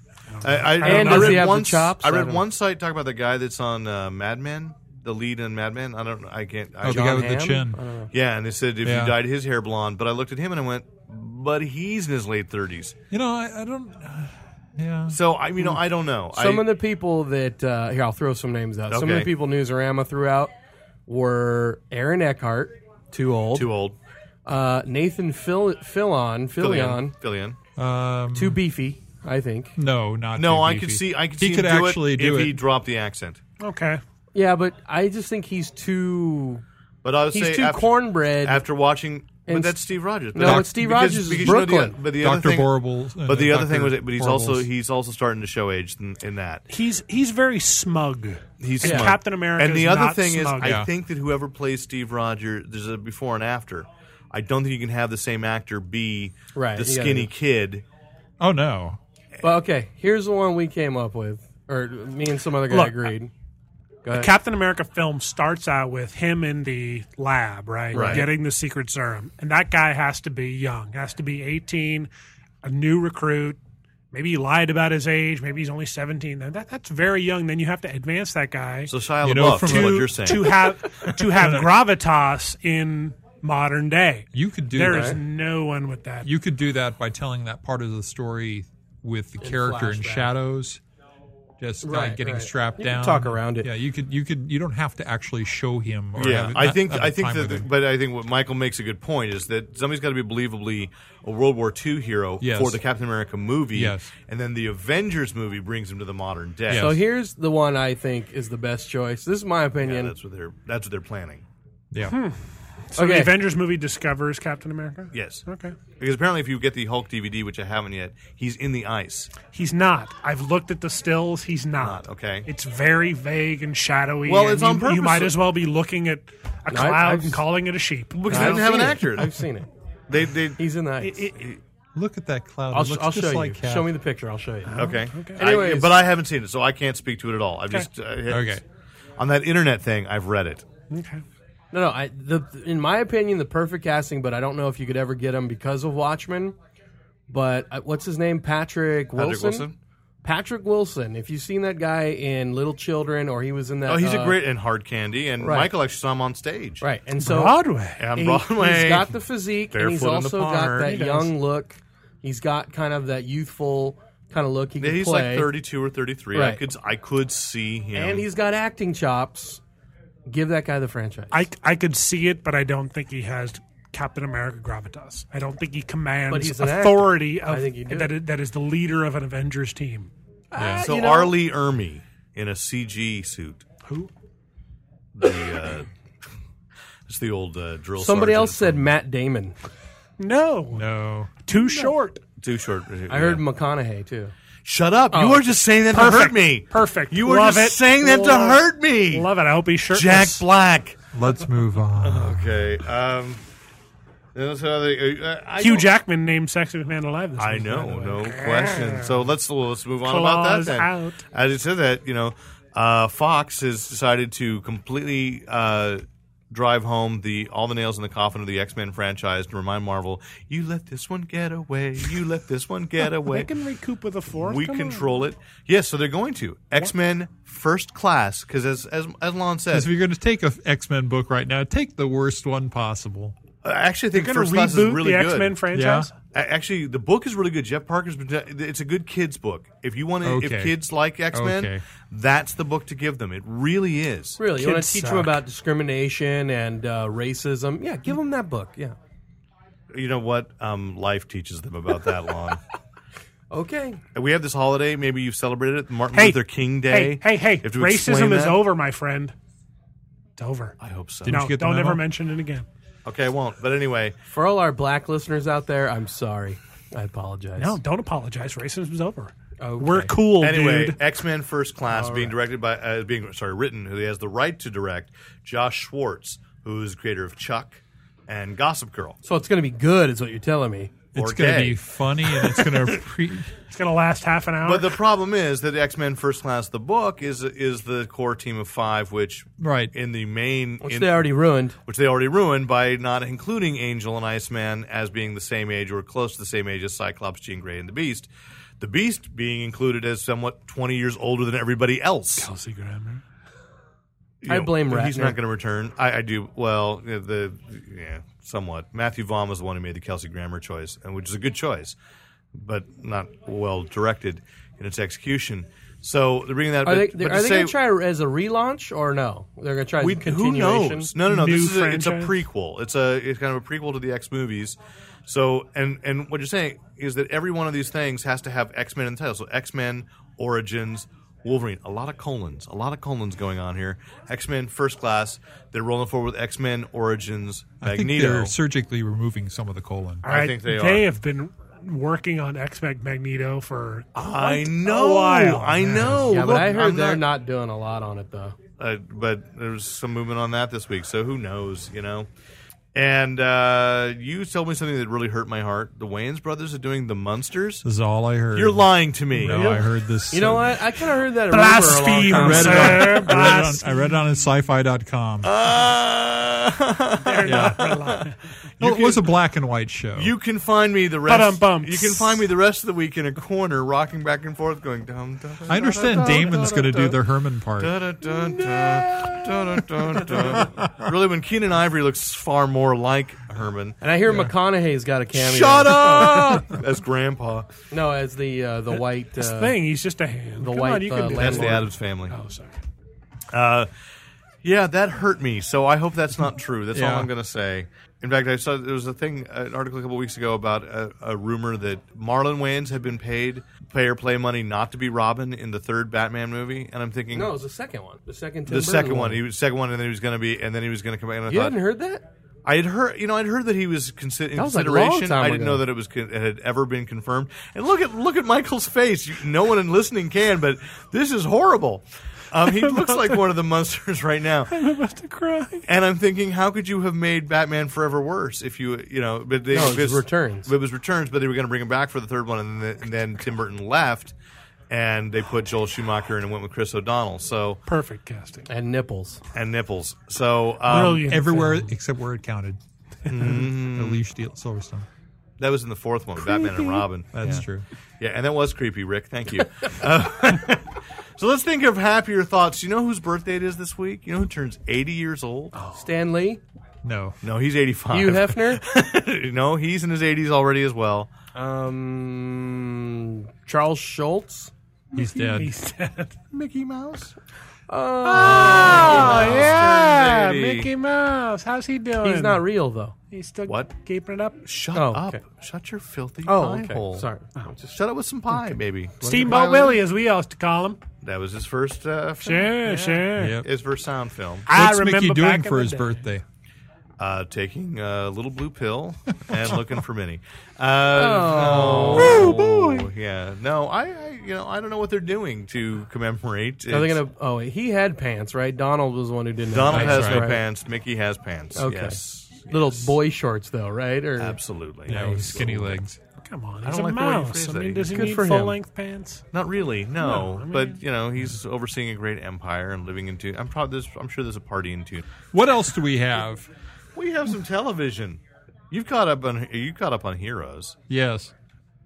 C: I, I, I
B: And does
C: read
B: he have the
C: one,
B: chops?
C: I
B: I
C: read
B: don't
C: one site talk about the guy that's on uh, Mad Men, the lead in Mad Men. I don't, I can't. I
D: Oh, the
C: don't-
D: guy with the
B: Hamm?
D: chin.
B: I don't know.
C: yeah, and they said if
D: Yeah.
C: you dyed his hair blonde, but I looked at him and I went, but he's in his late thirties.
D: You know, I, I don't. yeah.
C: So I, you know, I don't know.
B: Hmm. Some
C: I,
B: of the people that uh, here, I'll throw some names out. Some of the
C: Okay.
B: people Newsarama threw out were Aaron Eckhart, too old.
C: too old.
B: Uh, Nathan Phil Philon, Philion,
C: Fillion.
D: Um,
B: too beefy, I think.
D: no, not
C: No,
D: too
C: I
D: beefy.
C: could see. I could
D: He
C: see
D: could
C: him do
D: actually
C: it
D: do
C: if
D: it.
C: he dropped the accent.
E: Okay.
B: Yeah, but I just think he's too.
C: But I would
B: He's
C: say
B: too
C: after,
B: cornbread.
C: after watching.
B: And
C: But that's Steve Rogers. But
B: No,
C: that-
B: it's Steve
C: because-
B: Rogers'
C: because you know the-
B: Brooklyn.
C: but the other
D: Doctor
C: thing,
D: Borable. uh,
C: But the other
D: Dr.
C: thing was, that- but he's also
D: Horrible's.
C: he's also starting to show age in, in that.
E: He's he's very smug.
C: He's
E: And
C: smug.
E: Captain America
C: And the
E: is
C: other
E: not
C: thing
E: smug.
C: is,
D: Yeah.
C: I think that whoever plays Steve Rogers, there's a before and after. I don't think you can have the same actor be
B: Right,
C: the
B: you gotta
C: skinny
B: do-
C: kid.
D: Oh no.
B: Well, okay. Here's the one we came up with, or me and some other guy
E: Look,
B: agreed. Go ahead.
E: Captain America film starts out with him in the lab, right?
C: Right.
E: Getting the secret serum. And that guy has to be young, has to be 18, a new recruit. Maybe he lied about his age. Maybe he's only 17. Now, That, that's very young. Then you have to advance that guy
C: So Shia
D: You know,
C: LaBeouf,
D: from
C: is
D: a-
C: what you're
E: to
C: saying.
E: have to have gravitas in modern day.
D: You could do
E: There
D: that.
E: is no one with that.
D: You could do that by telling that part of the story with the character in
B: flashback.
D: shadows, just uh,
B: Right,
D: getting
B: right.
D: strapped
B: You could
D: down.
B: talk around it.
D: Yeah, you could. You could. You don't have to actually show him. Or
C: Yeah,
D: have it-
C: I
D: not-
C: think
D: have
C: I
D: it
C: think
D: time
C: that,
D: with him.
C: but I think what Michael makes a good point is that somebody's got to be believably a World War II hero
D: Yes.
C: for the Captain America movie,
D: Yes.
C: and then the Avengers movie brings him to the modern day.
B: so
D: Yes.
B: here's the one I think is the best choice. This is my
C: Yeah,
B: opinion.
C: that's what they're that's what they're planning.
D: yeah.
B: Hmm.
E: so the
B: okay.
E: Avengers movie discovers Captain America?
C: Yes,
E: Okay.
C: because apparently, if you get the Hulk DVD, which I haven't yet, he's in the ice.
E: He's not. I've looked at the stills. He's not.
C: Not, okay.
E: It's very vague and shadowy.
C: Well,
E: and
C: it's
E: you,
C: on
E: You
C: purpose.
E: might as well be looking at a
B: I-
E: cloud
B: I've-
E: and calling it a sheep.
C: Because
B: I've
C: they didn't have an
B: seen it.
C: actor.
B: I've seen it.
C: They, they,
B: He's in the ice.
E: It- it-
D: Look at that cloud.
B: I'll,
D: it looks
B: I'll
D: just
B: show you.
D: like Cap.
B: Show me the picture. I'll show you.
C: Okay. I-
B: Anyways.
C: but I haven't seen it, so I can't speak to it at all. I've just uh,
D: Okay.
C: On that internet thing, I've read it.
E: okay.
B: No, no. I, the in my opinion, the perfect casting, but I don't know if you could ever get him because of Watchmen. But uh, what's his name? Patrick Wilson.
C: Patrick Wilson.
B: Patrick Wilson. If you've seen that guy in Little Children, or he was in that.
C: Oh, he's
B: uh,
C: a great and hard candy. And
B: right.
C: Michael actually saw him on stage.
B: Right, and so
E: Broadway.
C: On
B: he,
C: Broadway.
B: has got the physique, and he's
C: Barefoot in the
B: also got
C: park.
B: that
C: He does.
B: young look. He's got kind of that youthful kind of look. He
C: Yeah,
B: can
C: he's
B: play.
C: like 32 or 33. I
B: Right.
C: could I could see him.
B: and he's got acting chops. Give that guy the franchise.
E: I, I could see it, but I don't think he has Captain America gravitas. I don't think he
B: But
E: commands
B: he's an actor.
E: authority
B: I
E: of
B: think you do.
E: that, is, that is the leader of an Avengers team.
B: Ah,
C: so
B: you know,
C: Arlie Ermy in a CG suit.
E: Who?
C: The uh, it's the old uh, drill.
B: Somebody
C: sergeant
B: else said
C: from-
B: Matt Damon.
E: No.
D: No.
E: Too short.
C: too short.
B: I heard McConaughey too.
C: Shut up! You were just saying that to hurt
E: Perfect.
C: me.
E: Perfect.
C: You were
E: Love
C: just
E: it.
C: saying that to
E: Love-
C: hurt me.
E: Love it. I hope he's shirtless.
C: Jack Black.
D: Let's move on.
C: Okay. Um, there's another. Uh, I
E: Hugh
C: don't-
E: Jackman named Sexiest Man Alive this
C: I
E: week, by the
C: know,
E: way.
C: no question. So let's let's move on about that.
E: Claws
C: Then,
E: out.
C: as you said that, you know, uh, Fox has decided to completely uh, drive home the all the nails in the coffin of the X Men franchise to remind Marvel, "You let this one get away. You let this one get
E: They
C: away."
E: can recoup with a fourth.
C: We
E: Come on.
C: control it. Yes, so they're going to X Men First Class because as as as Lon said,
D: If you're going to take a X Men book right now, take the worst one possible.
C: I uh, actually think
E: They're going
C: First
E: to
C: Class is
E: reboot
C: really
E: the
C: good.
E: X Men franchise.
D: Yeah.
C: A- Actually, the book is really good. Jeff Parker's been. It's a good kids book. If you want to,
D: Okay.
C: if kids like X Men,
D: Okay.
C: that's the book to give them. It really is.
B: Really, you want
E: Kids
B: to teach
E: suck.
B: them about discrimination and uh, racism? Yeah, give them that book. Yeah.
C: You know what? Um, life teaches them about that long.
B: Okay.
C: we have this holiday. Maybe you've celebrated it, Martin
E: Hey,
C: Luther King Day.
E: Hey, hey, hey.
C: You have to explain
E: racism is
C: that.
E: over, my friend. It's over.
C: I hope so.
D: Didn't
E: No,
D: you get the
E: don't
D: memo?
E: ever mention it again.
C: Okay, I won't. But anyway,
B: For all our black listeners out there, I'm sorry. I apologize.
E: No, don't apologize. Racism is over.
B: Okay.
E: We're cool,
C: anyway,
E: dude.
C: X Men First Class being directed by uh, being sorry written. Who has the right to direct? Josh Schwartz, who is the creator of Chuck and Gossip Girl.
B: So it's going to be good, is what you're telling me.
D: It's
C: or
D: going to
C: gay.
D: be funny and it's going to pre-
E: It's gonna last half an hour.
C: But the problem is that X Men First Class, the book, is is the core team of five, which
D: Right.
C: in the main
B: Which
C: in-
B: they already ruined.
C: which they already ruined by not including Angel and Iceman as being the same age or close to the same age as Cyclops, Jean Grey, and the Beast. The Beast being included as somewhat twenty years older than everybody else.
E: Kelsey Grammer.
C: You
B: I blame
C: He's
B: Ratner.
C: not going to return. I, I do. Well, yeah, the yeah, somewhat. Matthew Vaughn was the one who made the Kelsey Grammer choice, and which is a good choice, but not well directed in its execution. So they're bringing that.
B: Are
C: but,
B: they,
C: but
B: they,
C: to
B: are they
C: say-
B: going to try as a relaunch or no? They're going to try as
C: we,
B: a
C: who
B: continuation.
C: knows? No, no, no. This is
E: New
C: a, it's a
E: franchise?
C: prequel. It's a it's kind of a prequel to the X movies. So and and what you're saying is that every one of these things has to have X Men in the title. So X Men Origins. Wolverine, a lot of colons, a lot of colons going on here. X Men First Class, they're rolling forward with X Men Origins,
D: I think
C: Magneto.
D: they're surgically removing some of the colon.
E: All right,
C: think they are.
E: have been working on X Men Magneto for
C: I know,
E: while,
C: I
E: yes.
C: know.
B: Yeah,
C: Look,
B: but I heard
C: I'm
B: they're not doing a lot on it, though.
C: uh, but there was some movement on that this week. So who knows, you know? And uh, you told me something that really hurt my heart. The Wayans brothers are doing the Munsters.
D: This is all I heard.
C: You're lying to me.
D: Mm-hmm. No, I heard this.
B: You know what? I kind of heard that. at
E: blaspheme,
B: River a long time
D: read
B: ago.
D: it I read
E: sir.
D: it
E: Blas-
D: on, I read it on sci-fi.com.
C: Uh,
D: Well, it was a black and white show.
C: you can find me the rest.
E: Ba-dum-bum.
C: You can find me the rest of the week in a corner, rocking back and forth, going dum dum.
D: I understand Damon's going to do the Herman part.
C: Really, when Keenan Ivory looks far more like Herman.
B: And I hear McConaughey's got a cameo.
C: Shut up! As Grandpa.
B: No, as the uh, the white uh,
E: thing. He's just a hand.
B: the
E: Come
B: white,
E: on, you can
B: uh,
E: do
C: That's
E: that.
C: the Adams family.
E: Oh, sorry.
C: Uh, yeah, that hurt me. So I hope that's not true. That's all
D: Yeah.
C: I'm going to say. In fact, I saw there was a thing, uh, an article a couple weeks ago about a, a rumor that Marlon Wayans had been paid pay or play money not to be Robin in the third Batman movie, and I'm thinking
B: No, it was the second one. The second. Tim
C: the
B: Burton
C: second one, he was second one, and then he was going to be, and then he was going to come back. And I
B: you
C: thought
B: hadn't heard that?
C: I had heard, you know, I'd heard that he was consi- in
B: That was, like, a long
C: consideration.
B: time
C: I didn't
B: ago.
C: know that it was con- it had ever been confirmed. And look at look at Michael's face. You, no one in listening can, but this is horrible. Um, he looks like one of the monsters right now.
E: I'm about to cry.
C: And I'm thinking, how could you have made Batman Forever worse if you, you know, but they,
B: No, it was Returns.
C: It was returns, but they were going to bring him back for the third one, and then, and then Tim Burton left, and they put Joel Schumacher in and went with Chris O'Donnell. So
E: Perfect casting.
B: And nipples.
C: and nipples. So um,
E: Brilliant.
D: Everywhere except where it counted. Alicia Deal- Silverstone.
C: that was in the fourth one, Batman and Robin. Uh,
D: That's true.
C: Yeah, and that was creepy, Rick. Thank you. Uh, so let's think of happier thoughts. You know whose birthday it is this week? You know who turns 80 years old?
B: Stan Lee,
D: No.
C: No, he's 85.
B: Hugh Hefner,
C: no, he's in his 80s already as well.
B: um, Charles Schultz.
D: He's dead.
E: He's dead.
C: Mickey Mouse?
E: Oh, yeah.
C: turns 80.
E: Mickey Mouse. How's he doing?
B: He's not real though.
E: He's still
C: What?
E: keeping it up.
C: Shut
B: Oh,
C: up.
B: okay.
C: Shut your filthy
B: Oh,
C: pie
B: okay.
C: hole. Oh,
B: Sorry.
C: Just shut up with some pie, baby.
E: Steamboat Willie, as we used to call him.
C: That was his first uh, film.
E: Sure, sure.
D: Yep.
C: His first sound film.
E: I
D: What's
E: remember
D: Mickey doing
E: back in
D: for
E: the
D: his
E: day.
D: birthday?
C: Uh, taking a little blue pill and looking for Minnie. Uh,
B: Oh,
C: boy. Yeah. No, I, I, you know, I don't know what they're doing to commemorate.
B: are they
C: It's-
B: gonna? Oh, wait, he had pants, right? Donald was the one who didn't.
C: Donald
B: have
C: has
B: pants,
C: no
B: right?
C: pants. Mickey has pants.
B: Okay.
C: Yes.
B: Little boy shorts, though, right? Or
C: Absolutely.
D: Yeah, with skinny legs.
E: Come on,
C: don't
E: he's a
C: like the way you phrase
E: mouse. I
C: that.
E: mean, does he
B: Good
E: need
B: for him.
E: full length pants?
C: Not really. No.
E: No, I mean-
C: but you know, he's overseeing a great empire and living in tune. I'm proud. There's, I'm sure there's a party in tune.
D: What else do we have?
C: We have some television. You've caught up on. You caught up on Heroes.
D: Yes.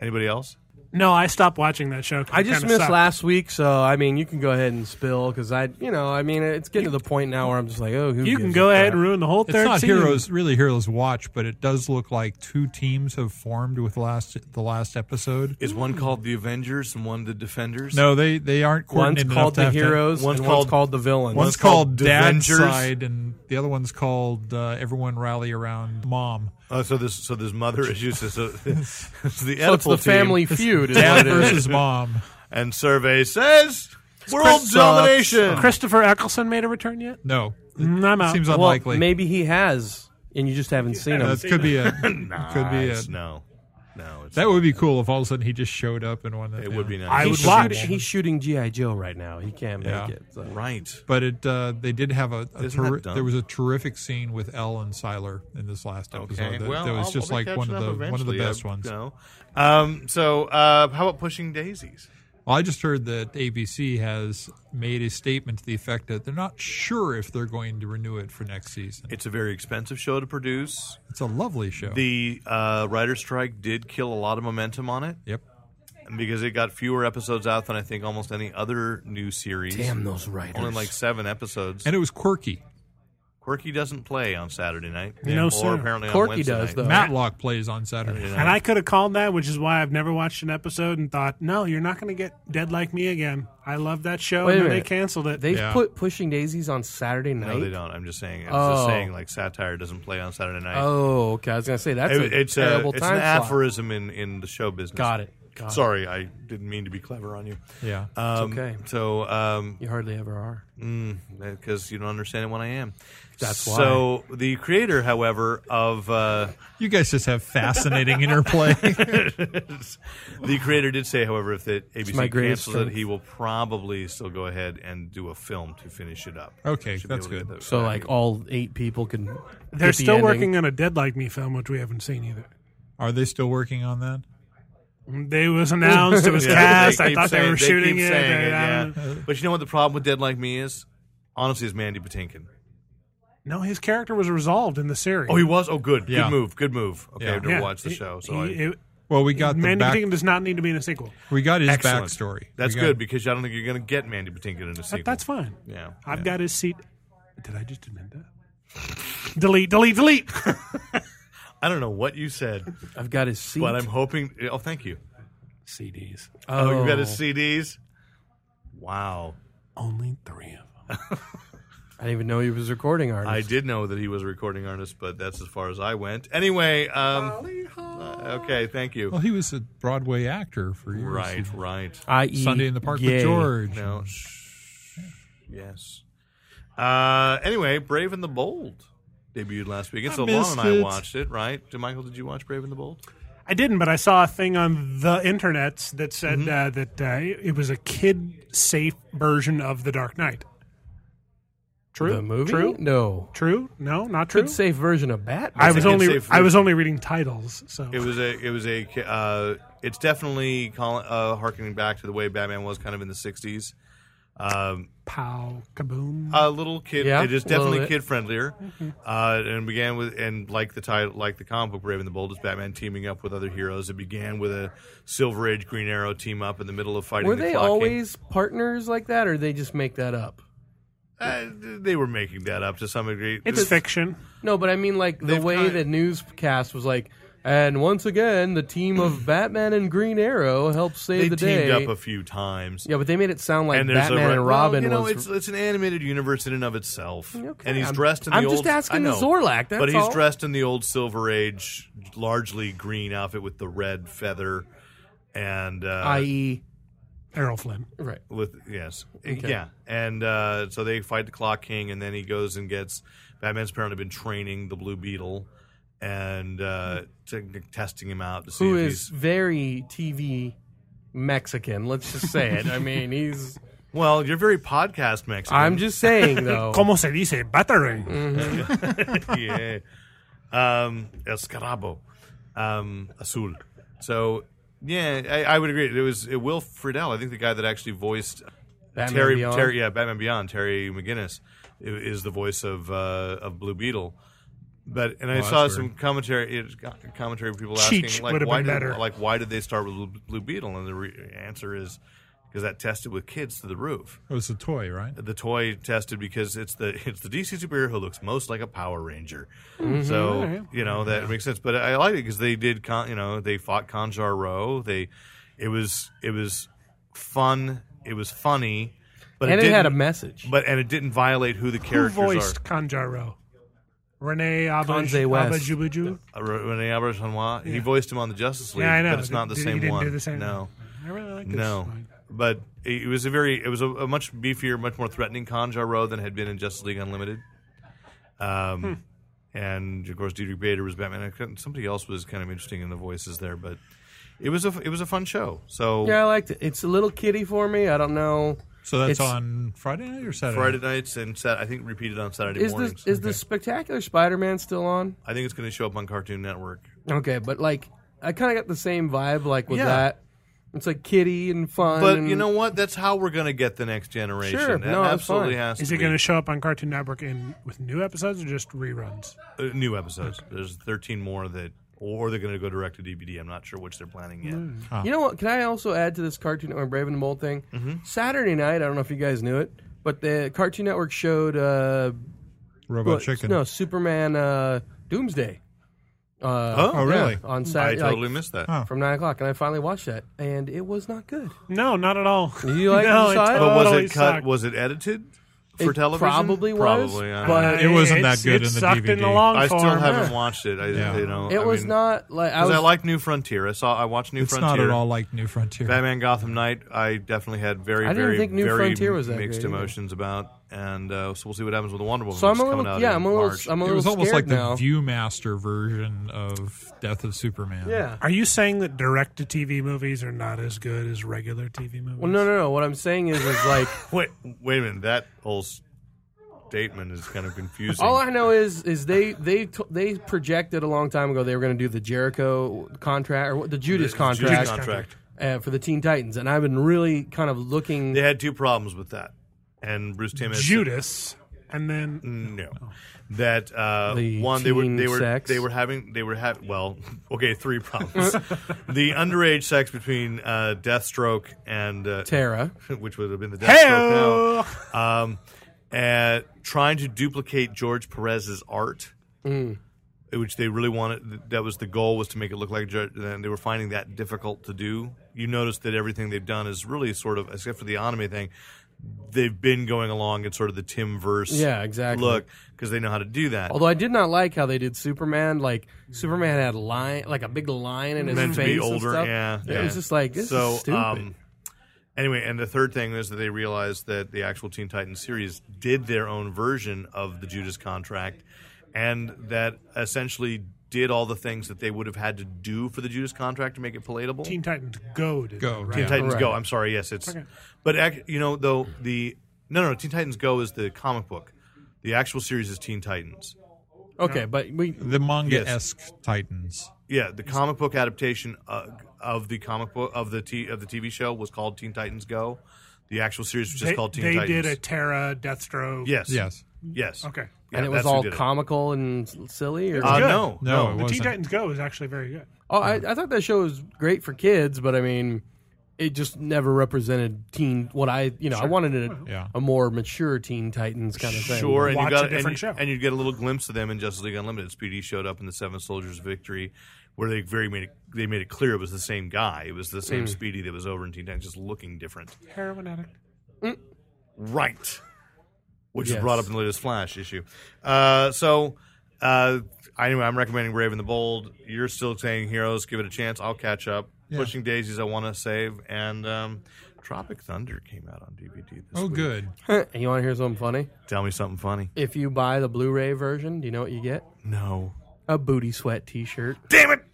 C: Anybody else?
E: No, I stopped watching that show. 'cause
B: I
E: it
B: just
E: kinda
B: missed
E: sucked.
B: last week, so I mean, you can go ahead and spill because I, you know, I mean, it's getting to the point now where I'm just like, oh, who
E: You can
B: gives
E: go
B: a
E: ahead
B: crap?
E: and ruin the whole
D: It's
E: third
D: not
E: season.
D: heroes, really heroes watch, but it does look like two teams have formed with last the last episode.
C: Is one called the Avengers and one the Defenders?
D: No, they they aren't
B: One's
D: coordinated enough
B: called
D: to
B: the
D: have to-
B: heroes,
C: one's
B: and
C: called-
B: one's called the villains.
D: One's,
C: One's
D: called,
C: called
D: Dad's
C: Devengers.
D: Side, and the other one's called uh, Everyone Rally Around Mom.
C: Oh, so this so there's mother issues. It's, a, it's the
B: so it's
C: Oedipal
B: the
C: team.
B: Family Feud. Is what it
D: Dad
B: is.
D: versus Mom.
C: And survey says world
B: Chris
C: domination.
E: Christopher Eccleston made a return yet?
D: No,
E: Mm, I'm out.
D: seems
B: Well,
D: unlikely.
B: maybe he has, and you just haven't seen him.
D: that could be a
C: Nah,
D: could be a
C: it's no, no. It's
D: That would be cool if all of a sudden he just showed up and won that.
C: It would be nice.
E: I
C: He's
E: would
B: He's,
E: watch.
B: shooting, he's shooting GI Joe right now. He can't
D: Yeah.
B: make it. so.
C: right.
D: But it uh, they did have a,
C: Isn't
D: a
C: that
D: terri-
C: dumb?
D: there was a terrific scene with Elle and Siler in this last episode.
C: Okay.
D: That,
C: well,
D: that was
C: I'll-
D: just
C: I'll be
D: like one
C: catching
D: of
C: up
D: the one of the
C: eventually,
D: best
C: uh,
D: ones.
C: No. Um, so uh, how about pushing daisies?
D: Well, I just heard that ABC has made a statement to the effect that they're not sure if they're going to renew it for next season.
C: It's a very expensive show to produce.
D: It's a lovely show.
C: The uh, writer strike did kill a lot of momentum on it
D: yep.
C: because it got fewer episodes out than I think almost any other new series.
B: Damn those writers.
C: Only like seven episodes.
D: And it was quirky.
C: Quirky doesn't play on Saturday night.
E: No,
C: or
E: sir.
C: apparently on
B: Corky
C: Wednesday
B: does
C: night.
B: though.
D: Matlock plays on Saturday.
E: And I could have called that, which is why I've never watched an episode and thought, no, you're not going to get Dead Like Me again. I love that show,
B: Wait a
E: and then they
B: minute.
E: canceled it.
B: They've
D: Yeah.
B: put Pushing Daisies on Saturday night.
C: No, they don't. I'm just saying. I'm
B: Oh.
C: just saying like satire doesn't play on Saturday night.
B: Oh, okay. I was gonna say that's
C: It-
B: a
C: it's a-
B: terrible
C: it's
B: time
C: an
B: slot.
C: aphorism in, in the show business.
B: Got it. Got it.
C: Sorry, I didn't mean to be clever on you.
D: Yeah.
C: Um,
B: okay.
C: So, um,
B: You hardly ever are.
C: because Mm, you don't understand it when I am.
B: That's why.
C: so the creator, however, of uh,
D: you guys just have fascinating interplay.
C: the creator did say, however, if the
B: my
C: ABC
B: greatest
C: cancels it,
B: strength.
C: he will probably still go ahead and do a film to finish it up.
D: Okay,
C: Should be
D: that's
C: able to
D: good.
C: get the-
B: So like all eight people can.
E: They're still working on a Dead Like Me film, which we haven't seen either.
D: Are they still working on that?
E: They was announced, it was
C: Yeah,
E: cast. I
C: keep
E: thought they
C: saying-
E: were
C: keep
E: shooting it.
C: saying
E: They-
C: it,
E: I don't know.
C: yeah. But you know what the problem with Dead Like Me is? Honestly, is Mandy Patinkin.
E: No, his character was resolved in the series.
C: Oh, he was. Oh, good.
D: Yeah.
C: Good move. Good move. Okay,
D: Yeah.
C: I've never
E: Yeah.
C: watched the
E: He-
C: show, so
E: he-
C: I,
E: it-
D: Well, we got the
E: Mandy
D: back,
E: Patinkin does not need to be in a sequel.
D: we got his
C: Excellent.
D: backstory.
C: That's
D: We got-
C: good because I don't think you're going to get Mandy Patinkin in a sequel.
E: That, that's fine.
C: yeah.
E: I've
C: yeah.
E: got his seat. Did I just admit that? delete, delete, delete.
C: I don't know what you said,
B: I've got his seat.
C: but I'm hoping. Oh, thank you.
E: CDs.
C: Oh, you got his CDs. Wow,
E: Only three of them.
B: I didn't even know he was recording artist.
C: I did know that he was a recording artist, but that's as far as I went. Anyway, um, uh, okay, thank you.
D: Well, Oh, he was a Broadway actor for years.
C: Right, right.
B: I.e.
D: Sunday in the Park
B: gay.
D: with George.
C: No, shh. yes. Uh, anyway, Brave and the Bold debuted last week. It's
D: I
C: so long,
D: missed
C: and I
D: it.
C: watched it. Right, Did- Michael, did you watch Brave and the Bold?
E: I didn't, but I saw a thing on the internet that said
C: Mm-hmm.
E: uh, that uh, it was a kid-safe version of The Dark Knight. True.
B: The movie?
E: True.
B: No.
E: True. No, not true.
B: Good safe version of Batman.
E: I was
C: a
E: only
C: kid-safe
E: I was only reading titles. So
C: It was a. It was a. Uh, it's definitely call, uh, harkening back to the way Batman was kind of in the '60s. Um,
E: pow kaboom.
C: a little kid.
B: Yeah,
C: it is
B: a little
C: definitely
B: bit.
C: kid friendlier, uh, and began with and like the title, like the comic book, Brave and the Bold is Batman teaming up with other heroes. It began with a Silver Age Green Arrow team up in the middle of fighting.
B: Were
C: the
B: they
C: Clock King.
B: always partners like that, or they just make that up?
C: Uh, they were making that up to some degree.
E: it's fiction.
B: No, but I mean, like the
C: They've
B: way
C: got-
B: the newscast was like, and once again, the team of Batman and Green Arrow helped save
C: they
B: the
C: teamed
B: day.
C: up a few times.
B: yeah, but they made it sound like
C: there's
B: Batman
C: re-
B: and Robin
C: Well, you know,
B: was.
C: it's, it's an animated universe in and of itself,
B: Okay,
C: and he's
B: I'm-
C: dressed in the
B: I'm
C: old.
B: just asking
C: I know,
B: Zorlak, that's
C: but he's
B: all.
C: dressed in the old Silver Age, largely green outfit with the red feather, and uh,
B: i.e.,
E: Errol Flynn.
B: right.
C: with yes, yeah, and uh, so they fight the Clock King, and then he goes and gets Batman's apparently been training the Blue Beetle and uh, t- testing him out to see
B: who
C: if
B: is
C: he's
B: very TV Mexican. Let's just say it. I mean, he's.
C: well. You're very podcast Mexican.
B: I'm just saying
C: Oh.
B: though.
E: Como se dice battering?
C: Mm-hmm. yeah. Um, Escarabo. Um, Azul. So, yeah, I, I would agree. It was it, Will Friedle, I think the guy that actually voiced
B: Batman
C: Terry,
B: Beyond.
C: Terry, yeah, Batman Beyond, Terry McGinnis, i- is the voice of uh, of Blue Beetle. But and I
D: that's
C: saw
D: weird.
C: some commentary it, got commentary people
E: Cheech
C: asking like
E: would've
C: why
E: been
C: did,
E: better.
C: like why did they start with Blue- Blue Beetle and the re- answer is because that tested with kids to the roof.
D: It was a toy, right?
C: The toy tested because it's the it's the DC superhero who looks most like a Power Ranger.
E: Mm-hmm.
C: So you know that makes sense. But I like it because they did con- you know they fought Conjar Row. They it was it was fun. It was funny. But
B: and it, had a
C: didn't-
B: message.
C: But and it didn't violate who the
E: Who
C: characters are.
E: voiced Kanjaro? Renee
B: Conze West.
E: Abajubuju?
C: Uh, Re- Rene Auberjonois. He voiced him on the Justice League,
E: Yeah, I know.
C: but it's not the
E: Did- he
C: same
E: didn't
C: one.
E: do the same
C: no,
E: I really like this.
C: no.
E: one.
C: But it was a very, it was a, a much beefier, much more threatening Conjaro than had been in Justice League Unlimited. Um,
B: Hmm.
C: and of course, Diedrich Bader was Batman. I couldn't- Somebody else was kind of interesting in the voices there, but it was a it was a fun show. So
B: yeah, I liked it. It's a little kitty for me. I don't know.
D: So that's
B: It's-
D: on Friday night or Saturday?
C: Friday nights and Sat- I think repeated on Saturday
B: Is this
C: mornings.
B: is the spectacular Spider-Man still on?
C: I think it's going to show up on Cartoon Network.
B: Okay, but like I kind of got the same vibe like with
C: Yeah.
B: that. It's like kitty and fun.
C: But
B: and-
C: you know what? That's how we're going to get the next generation.
B: Sure,
C: That
B: no, that's
C: absolutely
B: fine.
C: has
E: Is
C: to
E: it
C: be.
E: going to show up on Cartoon Network in with new episodes or just reruns?
C: Uh, new episodes. There's 13 more that, or they're going to go direct to DVD. I'm not sure which they're planning yet.
B: You know what? Can I also add to this Cartoon Network Brave and the Bold thing?
C: Mm-hmm.
B: Saturday night, I don't know if you guys knew it, but the Cartoon Network showed uh,
D: Robot
B: what-
D: Chicken.
B: no Superman uh, Doomsday. Uh,
C: Oh,
D: Oh, really?
B: yeah, on
C: I
B: Saturday,
C: totally
B: like,
C: missed that.
D: Huh.
B: from nine o'clock, and I finally watched that, and it was not good.
E: No, not at all.
B: You like-
E: no,
B: you saw it?
C: But was
E: totally
C: it cut?
E: sucked.
C: Was it edited for
B: It
C: television?
B: probably was,
C: Probably, yeah.
B: but-
D: It wasn't that
E: It's-
D: good
E: it
D: in the
E: sucked in the
D: DVD.
E: long
C: I still
E: form.
C: haven't watched it. I,
D: Yeah.
C: you know,
B: It
C: I
B: was
C: mean,
B: not like I
C: Because
B: was
C: I like New Frontier. I saw. I watched New
D: It's
C: Frontier.
D: not at all like New Frontier.
C: Batman Gotham Knight. I definitely had very,
B: I didn't
C: very,
B: think New
C: very
B: Frontier was that
C: mixed
B: great either.
C: emotions about. And uh, so we'll see what happens with the Wonder Woman.
B: so I'm
C: which
B: a
C: is coming
B: little
C: out
B: yeah
C: in
B: I'm a little
C: March.
B: I'm a
D: It
B: little
D: was almost like
B: scared
D: the
B: now.
D: Viewmaster version of Death of Superman.
B: yeah.
E: Are you saying that direct to TV movies are not as good as regular TV movies?
B: Well, no, no, no. What I'm saying is, is like
C: wait, wait a minute. That whole statement is kind of confusing.
B: All I know is is they they t- they projected a long time ago they were going to do the Jericho contract or what- the Judas contract,
C: Judas contract.
B: Uh, for the Teen Titans, and I've been really kind of looking.
C: They had two problems with that, and Bruce Timm has
E: Judas, and then
C: no that uh,
B: The
C: one they were
B: teen
C: they were
B: sex.
C: they were having they were having well okay three problems the underage sex between uh, Deathstroke and uh,
B: Tara,
C: which would have been the Deathstroke
E: Hey-o!
C: now um, and trying to duplicate George Perez's art.
B: Mm.
C: Which they really wanted. That was the goal was to make it look like, George- and they were finding that difficult to do. You notice that everything they've done is really sort of, except for the anime thing, they've been going along in sort of the Tim verse
B: Yeah, exactly.
C: look because they know how to do that.
B: although I did not like how they did Superman. Like Superman had a lion, like a big lion in his
C: meant to
B: face.
C: be
B: and
C: older,
B: stuff.
C: yeah,
B: It
C: yeah.
B: was just like this
C: so,
B: is stupid.
C: Um, anyway, and the third thing is that they realized that the actual Teen Titans series did their own version of the Judas Contract, and that essentially did all the things that they would have had to do for the Judas Contract to make it palatable.
E: Teen Titans Go. Did
D: Go,
E: that, right?
D: Teen
C: Teen Titans
B: Right.
C: Go. I'm sorry. Yes, it's.
E: Okay.
C: But ac- you know, though the no, no, Teen Titans Go is the comic book. The actual series is Teen Titans.
B: okay, but we
D: The manga esque Titans.
C: Yeah, the comic book adaptation uh, of the comic book of the t- of the TV show was called Teen Titans Go. The actual series was just
E: They,
C: called Teen
E: they
C: Titans.
E: did a Terra Deathstroke.
C: yes,
D: Yes.
C: yes.
E: Okay.
C: Yeah,
B: and it was
C: that's who
B: all
C: did it.
B: comical and silly. Or
C: Uh,
E: Good.
C: no,
D: No,
C: no,
D: it
E: The Teen
D: wasn't.
E: Titans Go is actually very good.
B: oh, I, I thought that show was great for kids, but I mean. It just never represented teen. What I, you know, I wanted a,
D: Yeah.
B: a more mature Teen Titans kind of thing.
C: Sure, and
E: Watch
C: you got
E: a different
C: and,
E: show.
C: and you get a little glimpse of them in Justice League Unlimited. Speedy showed up in the Seven Soldiers Victory, where they very made it, they made it clear it was the same guy. It was the
B: Mm.
C: same Speedy that was over in Teen Titans, just looking different.
E: Heroin addict.
C: right, which
B: Yes.
C: is brought up in the latest Flash issue. Uh, so, uh, anyway, I'm recommending Brave and the Bold. You're still saying Heroes. Give it a chance. I'll catch up. Pushing Daisies, I want to save, and um, Tropic Thunder came out on DVD. This
D: Oh,
C: week.
D: good.
B: And you want to hear something funny?
C: Tell me something funny.
B: If you buy the Blu-ray version, do you know what you get?
C: No.
B: A booty sweat T-shirt.
C: Damn it.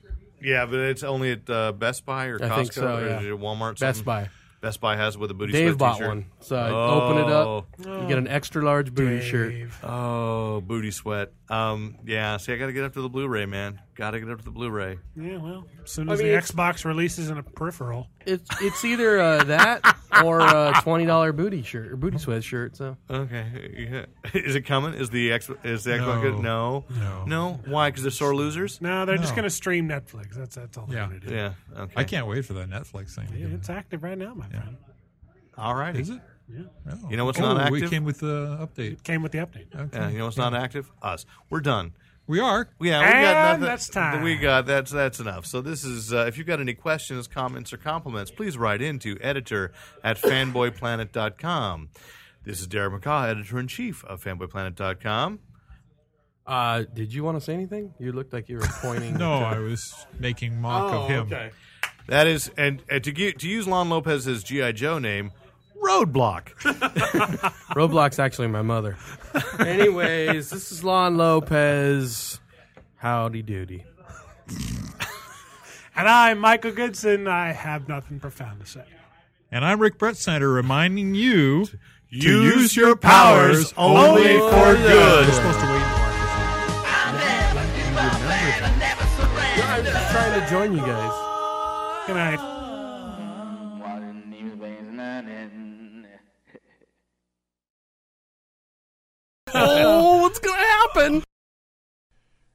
C: Yeah, but it's only at uh, Best Buy or
B: I
C: Costco
B: think so,
C: or
B: yeah.
C: is it Walmart.
B: Best
C: something?
B: Buy.
C: Best Buy has it with a booty.
B: Dave
C: sweat
B: bought
C: t-shirt.
B: one, Oh. so I open it up. You get an extra large booty shirt.
E: Dave.
C: Oh, booty sweat. Um, yeah, see, I got to get up to the Blu-ray, man. Got to get up to the Blu-ray.
E: Yeah, well, as soon as
B: mean,
E: the
B: it's-
E: Xbox releases in a peripheral,
B: It's it's either uh, that or a twenty dollar booty shirt or booty sweatshirt. So
C: Okay, yeah. is it coming? Is the X? Is the Xbox?
D: No.
C: good? No, no, no. Why? Because they're sore losers.
E: no, they're just
D: No.
E: going to stream Netflix. That's that's all
D: Yeah.
E: they're going to do.
C: Yeah. Okay.
D: I can't wait for that Netflix thing.
E: Yeah, It's active right now, my friend.
C: All right.
D: Is it?
E: Yeah.
D: Oh.
C: You know what's
D: Oh,
C: not
D: We
C: active?
D: came with the update.
E: Came with the update.
D: Okay.
C: Yeah, you know what's not active? Us. We're done.
D: We are.
C: Yeah, we got
E: And
C: nothing.
E: that's time.
C: We got that's that's enough. So this is uh, if you've got any questions, comments, or compliments, please write into editor at fanboyplanet.com. This is Derek McCaw, editor in chief of fanboyplanet.com.
B: uh, did you want to say anything? You looked like you were pointing.
D: No,
B: to-
D: I was making mock of him.
C: That is, and, and to ge- to use Lon Lopez's GI Joe name, Roadblock.
B: Roblox actually my mother. Anyways, this is Lon Lopez. Howdy doody.
E: And I'm Michael Goodson. I have nothing profound to say.
D: And I'm Rick Brettsnyder reminding you to
C: use your powers only for
D: We're
C: good.
D: supposed to wait.
B: I'm just trying to join you guys.
E: Good night.
F: Watching these veins running.
B: oh, what's gonna happen?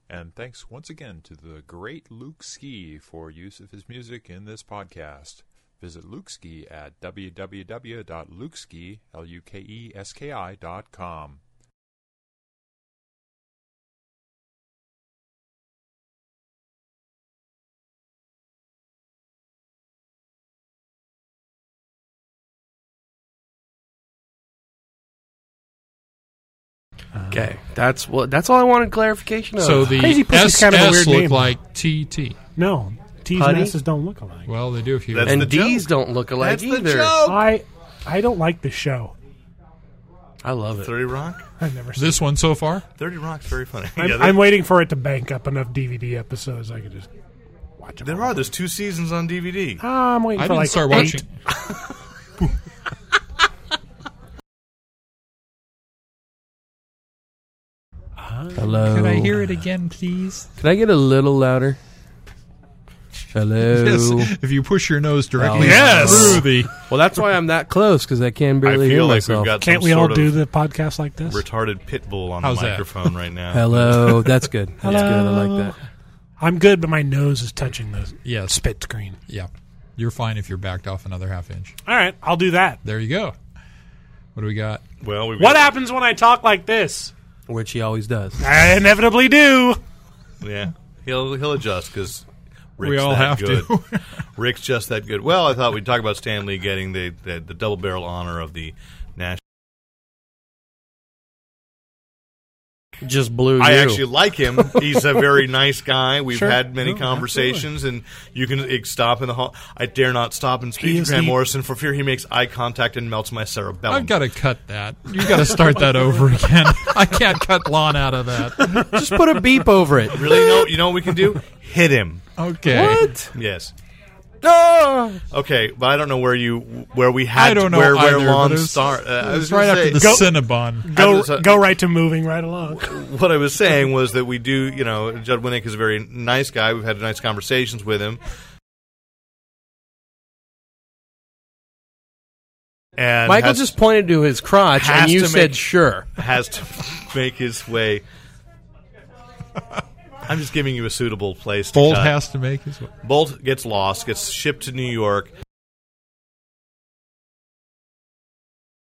G: And thanks once again to the great Luke Ski for use of his music in this podcast. Visit Luke Ski at www.lukeski, E L-U-K-E-S-K-I dot com.
B: Okay, that's what. That's all I wanted clarification of.
D: So the
E: Crazy Pussy's kind of a
D: SS
E: weird
D: look
E: name.
D: like TT.
E: No, T's and
B: Putty?
E: S's don't look alike.
D: Well, they do if you.
C: That's-
B: and
C: the
B: D's
C: joke.
B: don't look alike
C: That's
B: either.
C: the joke.
E: I I don't like this show.
B: I love it.
C: 30 Rock?
E: I've never seen.
D: this one so far.
C: 30 Rock's very funny.
E: I'm,
C: Yeah, there,
E: I'm waiting for it to bank up enough DVD episodes I could just watch them.
C: there
E: all.
C: are. There's two seasons on DVD.
E: Ah, I'm waiting
D: I
E: for
D: didn't
E: like
D: start
E: eight.
D: watching.
B: Hello.
D: it again, please?
B: Can I get a little louder? Hello.
D: Yes. If you push your nose directly
E: Yes.
D: through the
B: Well, that's why I'm that close because I can
C: I
B: barely hear
C: feel like
B: myself.
C: we've got
E: Can't
C: some
E: we all
C: sort
E: do
C: of
E: the podcast like this?
C: retarded pit bull on
D: How's
C: the
D: that?
C: microphone right now.
B: Hello. That's good. That's good. I
E: Hello.
B: like that.
E: I'm good, but my nose is touching the
D: yeah
E: spit screen.
D: Yeah, you're fine if you're backed off another half inch.
E: All right, I'll do that.
D: There you go. What do we got?
C: Well, we've
E: What
C: got-
E: happens when I talk like this?
B: Which he always does.
E: I inevitably do.
C: Yeah, he'll he'll adjust because
D: we all have to.
C: Rick's just that good. Well, I thought we'd talk about Stanley getting the the, the double barrel honor of the national.
B: Just blew
C: I
B: you.
C: actually like him. He's a very nice guy. We've
E: Sure.
C: had many
E: No,
C: conversations, and you can eh, stop in the hall. I dare not stop and
E: He
C: speak to
E: is
C: Grant
E: the-
C: Morrison for fear he makes eye contact and melts my cerebellum.
D: I've got to cut that. You got to start that over again. I can't cut Lon out of that.
B: just put a beep over it.
C: really know. You know what we can do? Hit him.
D: Okay.
B: What? Ah.
C: Yes.
B: No.
C: Okay, but I don't know where you where we had
D: I don't know
C: where where
D: either,
C: Lon
D: but it was-
C: start. Uh, I
D: It
C: was
D: was right
C: gonna
D: after
C: say-
D: the
E: Go-
D: Cinnabon.
E: Go,
C: was, uh,
E: go right to moving right along.
C: what I was saying was that we do, you know, Judd Winnick is a very nice guy. We've had nice conversations with him. And
B: Michael
C: has-
B: just pointed to his crotch
C: has
B: and you
C: to
B: said,
C: make-
B: "Sure."
C: has to make his way. I'm just giving you a suitable place. To
D: Bolt
C: cut.
D: has to make his way.
C: Bolt gets lost, gets shipped to New York.